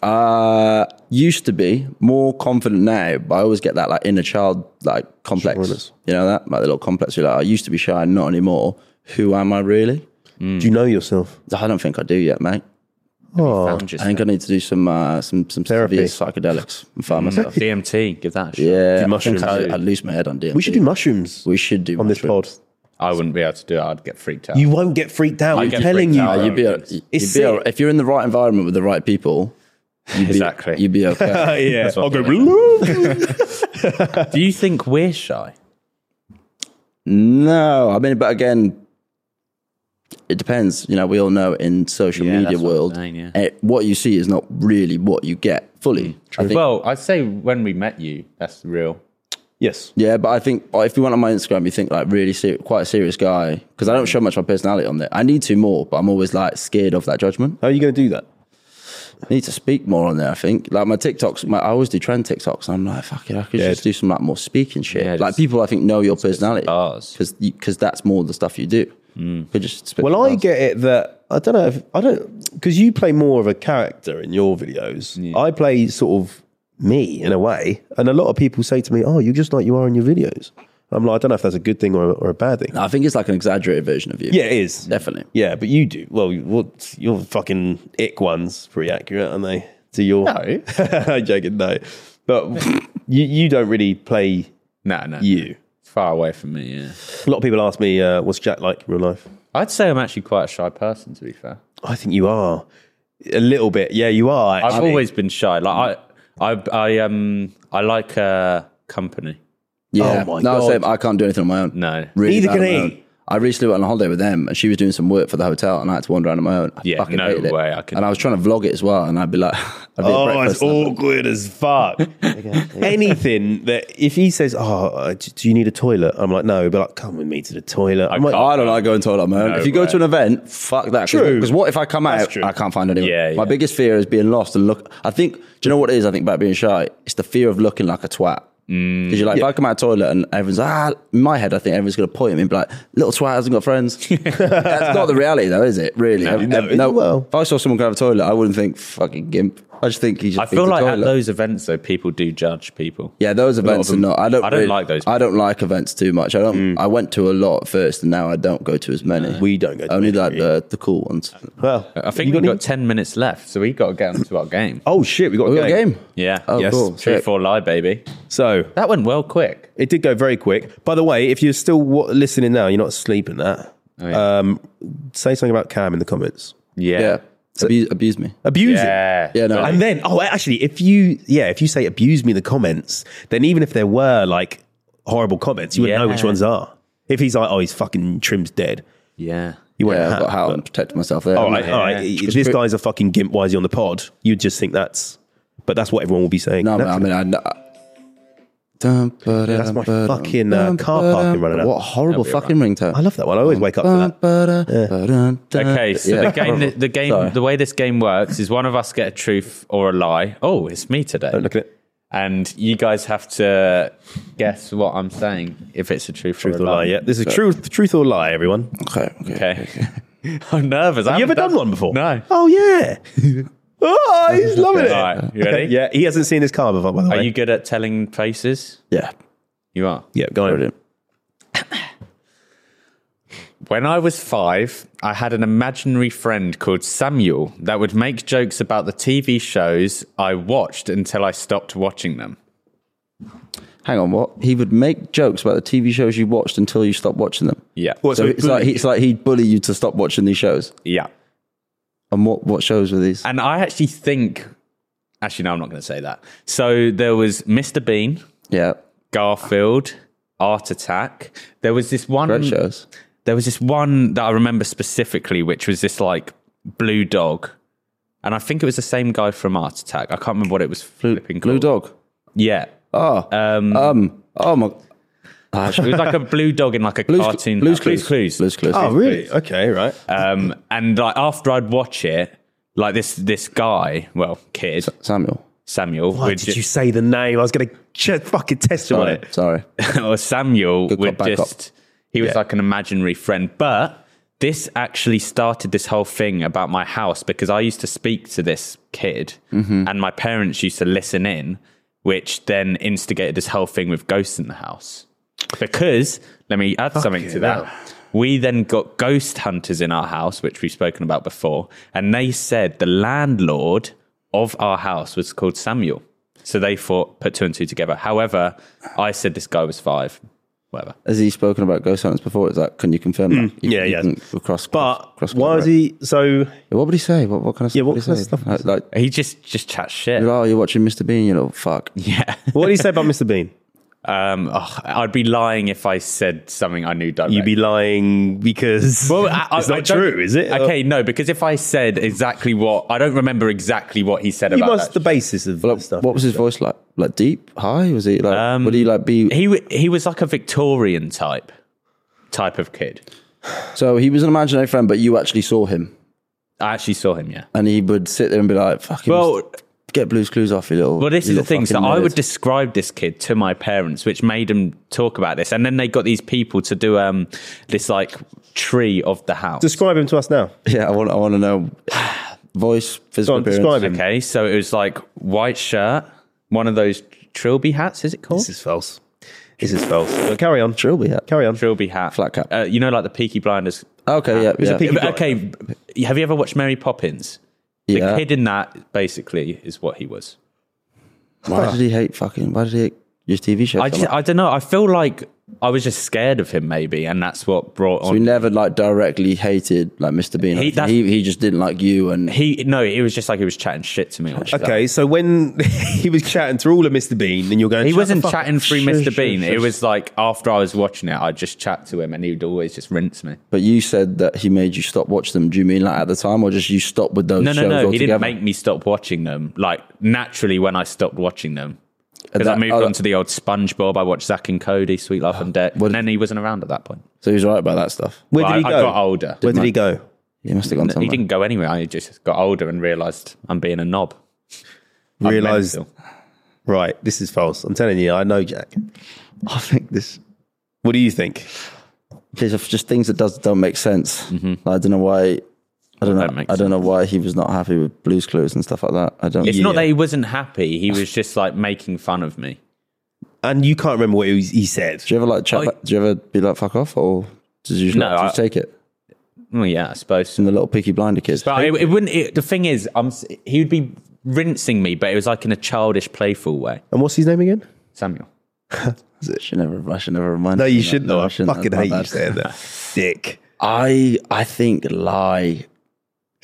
C: Uh, used to be more confident now, but I always get that like inner child like complex. You know that like the little complex. You're like, I used to be shy, not anymore. Who am I really?
A: Do you know yourself?
C: I don't think I do yet, mate.
A: Oh,
B: Found
C: I think I need to do some uh, some some
A: Therapy. Mm-hmm.
C: severe psychedelics and find
A: (laughs)
C: myself.
B: DMT, give that a shot.
C: yeah, I
A: mushrooms.
C: think I, I'd lose my head on DMT.
A: we should do mushrooms
C: Mm. We should do
A: on this pod.
B: I wouldn't be able to do it. I'd get freaked out.
A: You won't get freaked out. I'm
B: get
A: telling
B: freaked
A: you.
B: out.
A: bro.
C: Oh, you'd be, a, you'd
A: It's
C: be a,
A: sick.
C: if you're in the right environment with the right people. You'd
B: Exactly.
C: Be, you'd
A: (laughs)
C: be okay.
A: (laughs) yeah.
B: That's what
A: I'll go.
B: I'm Do you think we're shy?
C: No, I mean, but again, it depends. You know, we all know in social
B: Yeah,
C: media
B: that's what I'm
C: world,
B: saying, yeah. Mm,
C: eh, what you see is not really what you get fully. I think,
B: Well, I'd say when we met you, that's real.
A: (laughs) Yes.
C: yeah, but I think oh, if you went on my Instagram, you think like really ser- quite a serious guy because I don't show much of my personality on there. I need to more, but I'm always like scared of that judgment.
A: How are you going to do that?
C: need to speak more on there. I think like my TikToks, my, I always do trend TikToks. And I'm like, fuck it, I could just do some like more speaking shit.
B: Yeah,
C: like
B: just-
C: people, I think know your personality
B: bars. Mm.
C: because because that's more the stuff you do. Could just spit
A: Well,
C: some
A: I
C: bars.
A: get it that I don't know. If, I don't because you play more of a character in your videos. I play sort of me in a way, and a lot of people say to me, "Oh, you're just like you are in your videos." I'm like, I don't know if that's a good thing or, a- or a bad thing.
C: I think it's like an exaggerated version of you.
A: (laughs) Yeah, it is.
C: definitely.
A: Yeah, but you do well. you- What your fucking ick ones pretty accurate, aren't they? To your no, (laughs) I'm joking. No, but (laughs) you you don't really play
B: No, no.
A: you.
B: Far away from me, yeah.
A: A lot of people ask me, uh, "What's Jack like in real life?"
B: I'd say I'm actually quite a shy person, to be fair.
A: I think you are a little bit. Yeah, you are.
B: I've
A: actually.
B: always been shy. Like I, I, I um, I like uh, company.
C: Yeah.
A: Oh my
C: no,
A: God.
C: same, I can't do anything on my own.
B: No.
C: Really
A: Neither
C: bad
A: can
C: on my
A: he.
C: own. I recently went on holiday with them, and she was doing some work for the hotel, and I had to wander around on my own. I
B: Yeah,
C: fucking
B: no
C: hated it.
B: way I could-
C: And I was trying to vlog it as well, and I'd be like, (laughs) I'd be at
A: Oh, it's
C: breakfast and I'd be
A: awkward as (laughs) fuck. Anything that if he says, "Oh, uh, d- do you need a toilet?" I'm like, "No," but like, come with me to the toilet. I'm like,
C: like, I don't like going to toilet on my own.
B: No
C: if you go
B: way.
C: to an event, fuck that.
A: True.
C: Because what if I come
A: That's
C: out,
A: true.
C: I can't find anyone.
B: Yeah,
C: My
B: yeah.
C: biggest fear is being lost and look. I think, do you know what it is? I think about being shy. It's the fear of looking like a twat.
B: Mm.
C: Because you're like, if I come out of the toilet and everyone's ah, in my head, I think everyone's going to point at me and be like, little twat hasn't
B: (laughs)
C: got friends. That's not the reality, though, is it? Really? No,
A: well.
C: If I saw someone go to the toilet, I wouldn't think fucking gimp. I just think he just.
B: I
C: thinks
B: feel
C: a
B: like at
C: toilet.
B: those events, though, people do judge people.
C: Yeah, those events are not. I don't.
B: I don't
C: really-
B: like those.
C: I don't like events too much. I don't. I went to a lot at first, and now I don't go to as many.
A: Mm. We don't go to
C: only
A: many,
C: like
A: do
C: the, the cool ones.
A: well,
B: I think
A: you
B: we've got
A: any-
B: ten minutes left, so we got to get onto our game.
A: Oh shit, we got,
C: We
A: a,
C: got a
A: game.
C: game.
B: Yeah.
C: Oh,
A: Yes.
C: cool.
B: True,
C: Sick.
B: four, lie, baby.
A: So
B: That went well quick.
A: it did go very quick. By the way, if you're still wa listening now, you're not sleeping. That
C: Oh,
B: yeah.
A: um, say something about Cam in the comments.
B: Yeah.
C: Yeah. Abuse, abuse me.
A: Abuse it.
B: Yeah.
C: Yeah, no.
A: And then, oh, actually, if you, yeah, if you say abuse me in the comments, then even if there were like horrible comments, you wouldn't know which
B: Yeah.
A: ones are. If he's like, oh, he's fucking trim's dead,
B: Yeah.
A: you won't.
C: yeah,
A: have,
C: I've got
A: (laughs)
C: how
A: but-
C: and protect myself there.
A: All right,
C: haven't I?
A: all right. oh, If this guy's a fucking gimp, why is he on the pod? You'd just think that's, but that's what everyone will be saying.
C: No, but I mean, I. kn- Dum, ba-da,
A: That's my
C: dum,
A: fucking, uh,
C: dum,
A: car
C: ba-dum.
A: parking running up.
C: What a horrible fucking ringtone.
A: I love that one. I always wake up to that.
C: that.
B: Okay, so the game, the, game,
C: Uh, Sorry.
B: the way this game works is one of us get a truth or a lie. Oh, it's me today.
A: Don't look at it.
B: and you guys have to guess what I'm saying if it's a truth,
A: Truth or lie? Yeah, this is truth, truth or lie. Everyone,
C: Okay, okay.
A: (laughs)
B: Okay. I'm nervous.
A: have you ever done one before?
B: No.
A: Oh yeah. (laughs) oh, he's loving it.
B: All right, you ready?
A: (laughs) Yeah, he hasn't seen this car before. By the way,
B: Are you good at telling faces?
C: Yeah.
B: You are.
A: yeah, go on.
C: Brilliant.
B: When I was five, I had an imaginary friend called Samuel that would make jokes about the TV shows I watched until I stopped watching them.
C: Hang on, what? He would make jokes about the TV shows you watched until you stopped watching them.
B: Yeah.
C: so it's like, he, it's like he'd bully you to stop watching these shows.
B: Yeah.
C: And what, what shows were these?
B: And I actually think, actually, no, I'm not going to say that. So there was Mr. Bean,
C: Yeah.
B: Garfield, Art Attack. There was this one.
A: um,
C: Great shows.
B: there was this one that I remember specifically, which was this like blue dog. And I think it was the same guy from Art Attack. I can't remember what it was flipping
C: Blue
B: called.
C: Dog.
B: Yeah.
C: Oh. Um, um, oh my.
B: It was like a blue dog in like a
C: Blue's,
B: cartoon.
C: Blue's
B: uh,
C: Clues.
B: Clues.
C: Blue's Clues.
A: Oh really? Okay, right.
B: Um, and like after I'd watch it, like this this guy, well, kid,
C: Samuel.
B: Samuel,
A: Why
B: would
A: did
B: ju-
A: you say the name? I was going to (laughs) ch- fucking test you on
C: Sorry.
A: it.
B: (laughs)
C: Sorry.
B: or Samuel
C: Good
B: would
C: cop, bad cop.
B: just he was like an imaginary friend. But this actually started this whole thing about my house because I used to speak to this kid
C: Mm-hmm.
B: and my parents used to listen in, which then instigated this whole thing with ghosts in the house. Because let me add something to that. We then got ghost hunters in our house, which we've spoken about before, and they said the landlord of our house was called Samuel. So they thought put two and two together. However, I said this guy was five. Whatever.
C: Has he spoken about ghost hunters before? Is that, can you confirm that? You,
A: Hmm. yeah,
C: you
A: yeah.
C: can Cross,
A: But
C: cross,
A: why was he so?
C: What would he say? What, what kind of stuff
A: Yeah, what
C: would he
A: kind of
C: say?
A: stuff
C: Like, like,
B: He just just chats shit.
C: oh, you're watching Mr. Bean, you know, fuck.
B: Yeah.
A: What did he say about Mr. (laughs) Bean?
B: Um, oh, I'd be lying if I said something I knew directly.
A: You'd be lying because (laughs)
B: Well, I, I,
A: it's not
B: I don't-
A: true, is it?
B: Okay, no, because if I said exactly what I don't remember exactly what he said
A: he
B: about
A: was
B: that
A: the basis of
C: Well,
A: that stuff. Um,
C: what was his voice like? Like deep, high? Was he like? would he like be?
B: he w- he was like a Victorian type type of kid.
C: so he was an imaginary friend, but you actually saw him.
B: I actually saw him. Yeah.
C: and he would sit there and be like, "Fucking
B: Well-
C: get Blue's Clues off you little."
B: Well, this
C: you
B: is the
C: little
B: thing. So
C: fucking
B: I
C: nerd."
B: would describe this kid to my parents, which made them talk about this, and then they got these people to do um this like tree of the house.
A: Describe him to us now.
C: (laughs) yeah, I want, I want
B: (sighs)
C: to know voice,
A: Go
C: physical
A: on,
C: appearance.
A: describe him.
B: okay, so it was like white shirt, one of those trilby hats. Is it called?
A: This is false. This is false. But carry on.
C: Trilby hat.
A: Carry on.
B: trilby hat,
C: Flat cap.
B: Uh, you know, like the Peaky Blinders.
C: Okay, yeah, yeah.
A: a Peaky
B: okay, b- have you ever watched Mary Poppins?
C: Yeah.
B: The kid in that basically is what he was.
C: Why did he hate fucking? Why did he hate your TV show?
B: uh, I
C: so
B: just,
C: much?
B: I don't know. I feel like I was just scared of him, maybe, and that's what brought
C: we
B: on.
C: never like directly hated like Mr. Bean.
B: He-
C: He,
B: that's-
C: he, he just didn't like you and
B: He no, it was just like he was chatting shit to me. Or something.
A: Okay, so when (laughs) he was chatting to all of Mr. Bean, and you're going,
B: He
A: "Shut the
B: wasn't
A: fuck up."
B: chatting through
C: Shush,
B: Mr.
C: shush,
B: Bean. It
C: shush.
B: was like after I was watching it, I'd just chat to him and he would always just rinse me.
C: But you said that he made you stop watch them. Do you mean like at the time, or just you stopped with those
B: No, no,
C: shows
B: no. He
C: altogether?
B: didn't make me stop watching them. Like naturally when I stopped watching them. Because I
C: that-
B: moved
C: oh,
B: on to the old SpongeBob. I watched Zack and Cody, Sweet Life and Death. And then he wasn't around at that point.
C: So he was right about that stuff.
A: Where
B: But
A: did he
B: I,
A: go?
B: I got older.
A: Where did he go?
C: He must have gone
B: He
C: somewhere.
B: didn't go anywhere. I just got older and realised I'm being a knob. I'm
A: Realised-
B: mental.
A: Right, this is false. I'm telling you, I know Jack.
C: I think this.
A: What do you think?
C: These are just things that does don't make sense. Like, I don't know why. I don't know.
B: Mm-hmm. That makes
C: I don't know why he was not happy with Blue's Clues and stuff like that. I don't.
B: It's
C: Yeah.
B: not that he wasn't happy. He was just like making fun of me.
A: And you can't remember what he, he said.
C: Do you ever like chat?
B: I-
C: back- do you ever be like fuck off, or did you just,
B: No,
C: like, just
B: I-
C: take it?
B: Well, yeah, I suppose.
C: From the little Peaky Blinder kids.
B: But it, it wouldn't. It, the thing is, I'm, s- he would be rinsing me, but it was like in a childish, playful way.
A: And what's his name again?
B: Samuel.
C: should never. I should never remind.
A: No,
C: him
A: you
C: of that.
A: shouldn't. No, I
C: shouldn't.
A: fucking
C: My
A: hate you
C: bad.
A: saying that. Dick.
C: I I think lie.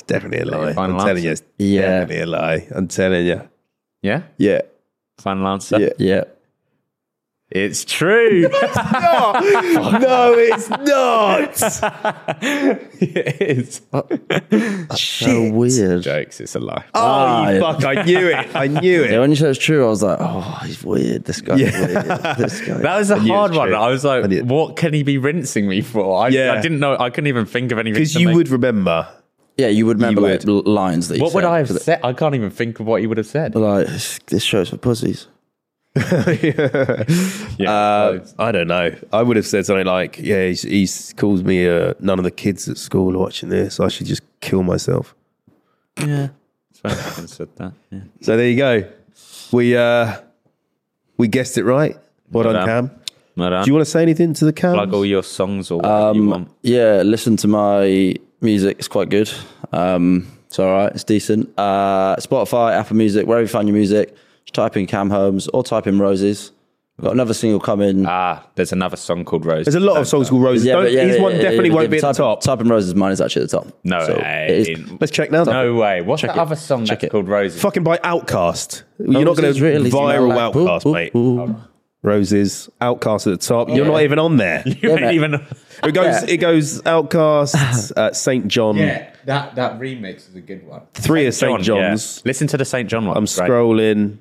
A: It's definitely a lie.
B: Final
A: I'm telling
B: answer.
A: you, it's
C: Yeah.
A: definitely a lie. I'm telling you.
B: Yeah.
C: Yeah.
B: Final answer.
C: Yeah. Yeah.
B: It's true.
A: no, it's (laughs) not.
B: (laughs) it is.
C: So weird.
B: Jokes. It's a lie.
A: Oh, you
C: Ah,
A: fuck. I knew it. I knew
C: Yeah,
A: it.
C: when you said it's true, I was like, oh, he's weird. This
A: (laughs)
C: guy's weird. This guy.
B: That was a
A: knew it
B: hard
A: was
B: one.
A: true.
B: I was
A: I
B: like,
A: knew it.
B: what can he be rinsing me for? I,
A: Yeah.
B: I didn't know. I couldn't even think of anything.
A: Because
B: to
A: you
B: make-
A: would remember. (laughs)
C: yeah, you would remember
A: You
C: like l- lines that he
B: What would
C: said.
B: I have said? I can't even think of what he would have said.
C: Like, this, this show's for pussies.
B: Yeah.
A: Uh, I don't know. I would have said something like, "Yeah, he's, he's calls me uh, none of the kids at school are watching this. I should just kill myself."
B: I could've said that. Yeah.
A: So there you go. We uh, we guessed it right. Well
B: Well
A: done,
B: done.
A: Cam.
B: Well done.
A: Do you want to say anything to the cam?
B: plug all your songs or whatever you want?
C: Yeah, listen to my music. It's quite good. Um, it's all right. It's decent. Uh, Spotify, Apple Music, wherever you find your music, just type in Cam Holmes or type in Roses. Got another single coming.
B: Ah, there's another song called Rose.
A: There's a lot of songs called Uh, Roses. Don't,
C: but
A: his one
C: yeah,
A: definitely
C: yeah,
A: won't
C: yeah,
A: be at the
C: type,
A: top.
C: Type in Roses. Mine is actually at the top.
B: No,
C: So
B: I
C: it is-
B: didn't.
A: Let's check now.
B: No way. What's the
C: it.
B: other song
C: Check
B: that's
C: it.
B: called Roses?
A: Fucking by Outcast. You're not going
C: Roses
A: to
C: really smell
A: viral
C: like poo,
A: Outcast,
C: poo,
A: mate.
C: poo.
A: Roses, Outcast at the top. You're not even on
C: (laughs)
A: there.
B: (laughs) You ain't
C: mate.
B: even.
A: It goes. It goes.
C: (laughs)
A: Outcast, uh, Saint John.
B: that that remix Mm. is a good one.
A: Three of Saint John's.
B: Listen to the St. John one.
A: I'm
B: It's great.
A: scrolling.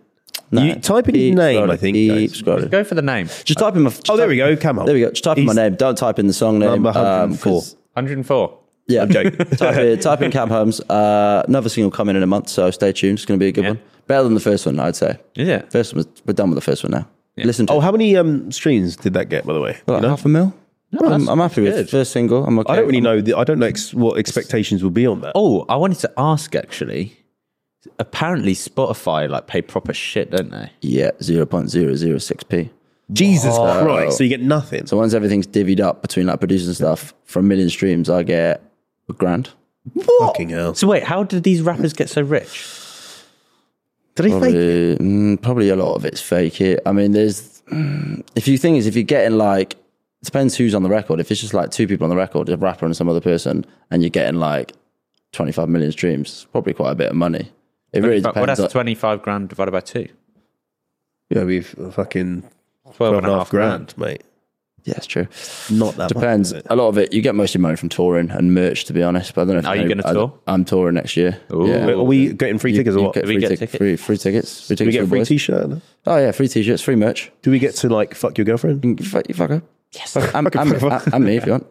A: You type in his
C: Keep
A: name,
C: scrolling,
A: I think.
C: Keep
A: guys.
C: scrolling.
B: Go for the name.
C: Just type in my. just
A: Oh, there
C: type-
A: we go. Come on.
C: There we go. Just type in my
A: He's-
C: name. Don't type in the song name.
A: Number
C: um,
A: 104.
C: 'cause-
B: 104.
A: (laughs)
C: yeah.
A: joking.
C: type, in, type in Cam Holmes. Uh, another single coming in a month, so stay tuned. It's going to be a good
B: Yeah.
C: one. Better than the first one, I'd say.
B: Is it?
C: First one, was, we're done with the first one now. Listen to
A: Oh,
C: it.
A: how many um, streams did that get? By the way,
C: Like half a mil. I'm, I'm happy with
B: good.
C: first single. I'm okay.
A: I don't really
C: I'm-
A: know. The, I don't know ex- what expectations will be on that.
B: Oh, I wanted to ask actually. Apparently, Spotify like pay proper shit, don't they?
C: Yeah, zero point zero zero six p.
A: Jesus Christ! So you get nothing.
C: Oh. So once everything's divvied up between like producing stuff from a million streams, I get a grand.
A: Fucking hell!
B: So wait, how did these rappers get so rich?
A: Did they fake? it?
C: Probably, mm, probably a lot of it's fake. It. I mean, there's. If you think is if you're getting like, it depends who's on the record. If it's just like two people on the record, a rapper and some other person, and you're getting like 25 million streams, it's probably quite a bit of money. It really
B: Well,
C: depends.
B: that's
C: on-
B: 25 grand divided by two.
A: Yeah, we've fucking
B: 12
A: twelve and a half grand, mate.
C: yeah, it's true.
A: Not that
C: Depends.
A: Much, is it?
C: A lot of it you get mostly money from touring and merch, to be honest. But I don't know. If
B: Are
C: you
B: you
C: know-
B: gonna tour?
C: I, am touring next year.
B: Ooh.
C: Yeah.
A: Wait, are we getting free tickets or
C: You
A: what?
C: get
A: Do
B: we
C: free
B: get
C: tic-
B: tickets?
C: Free, free tickets. Free
A: we
C: tickets
A: get
C: for
A: a
C: the
A: free
C: boys.
A: T-shirt?
C: Oh yeah, free t-shirts, free merch.
A: Do we get to like fuck your girlfriend?
C: You fuck- you fucker. Yes. I'm, I'm, I'm, I'm me if you want.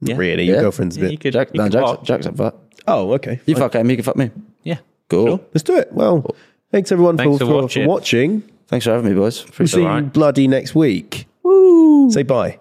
A: Really, your
C: Yeah.
A: girlfriend's a
B: Yeah, you
A: bit.
B: could,
C: Jack,
B: you
C: no,
B: could
C: Jack's,
B: well,
C: Jack's up for that.
A: Oh, okay.
C: You fuck him, you can fuck me.
B: Yeah.
C: Cool.
A: Let's do it. Well, thanks everyone for,
B: Thanks for
A: for,
B: watching.
A: for watching.
C: Thanks for having me, boys.
A: We'll
C: Appreciate
A: see
C: it.
A: you bloody next week. Say bye.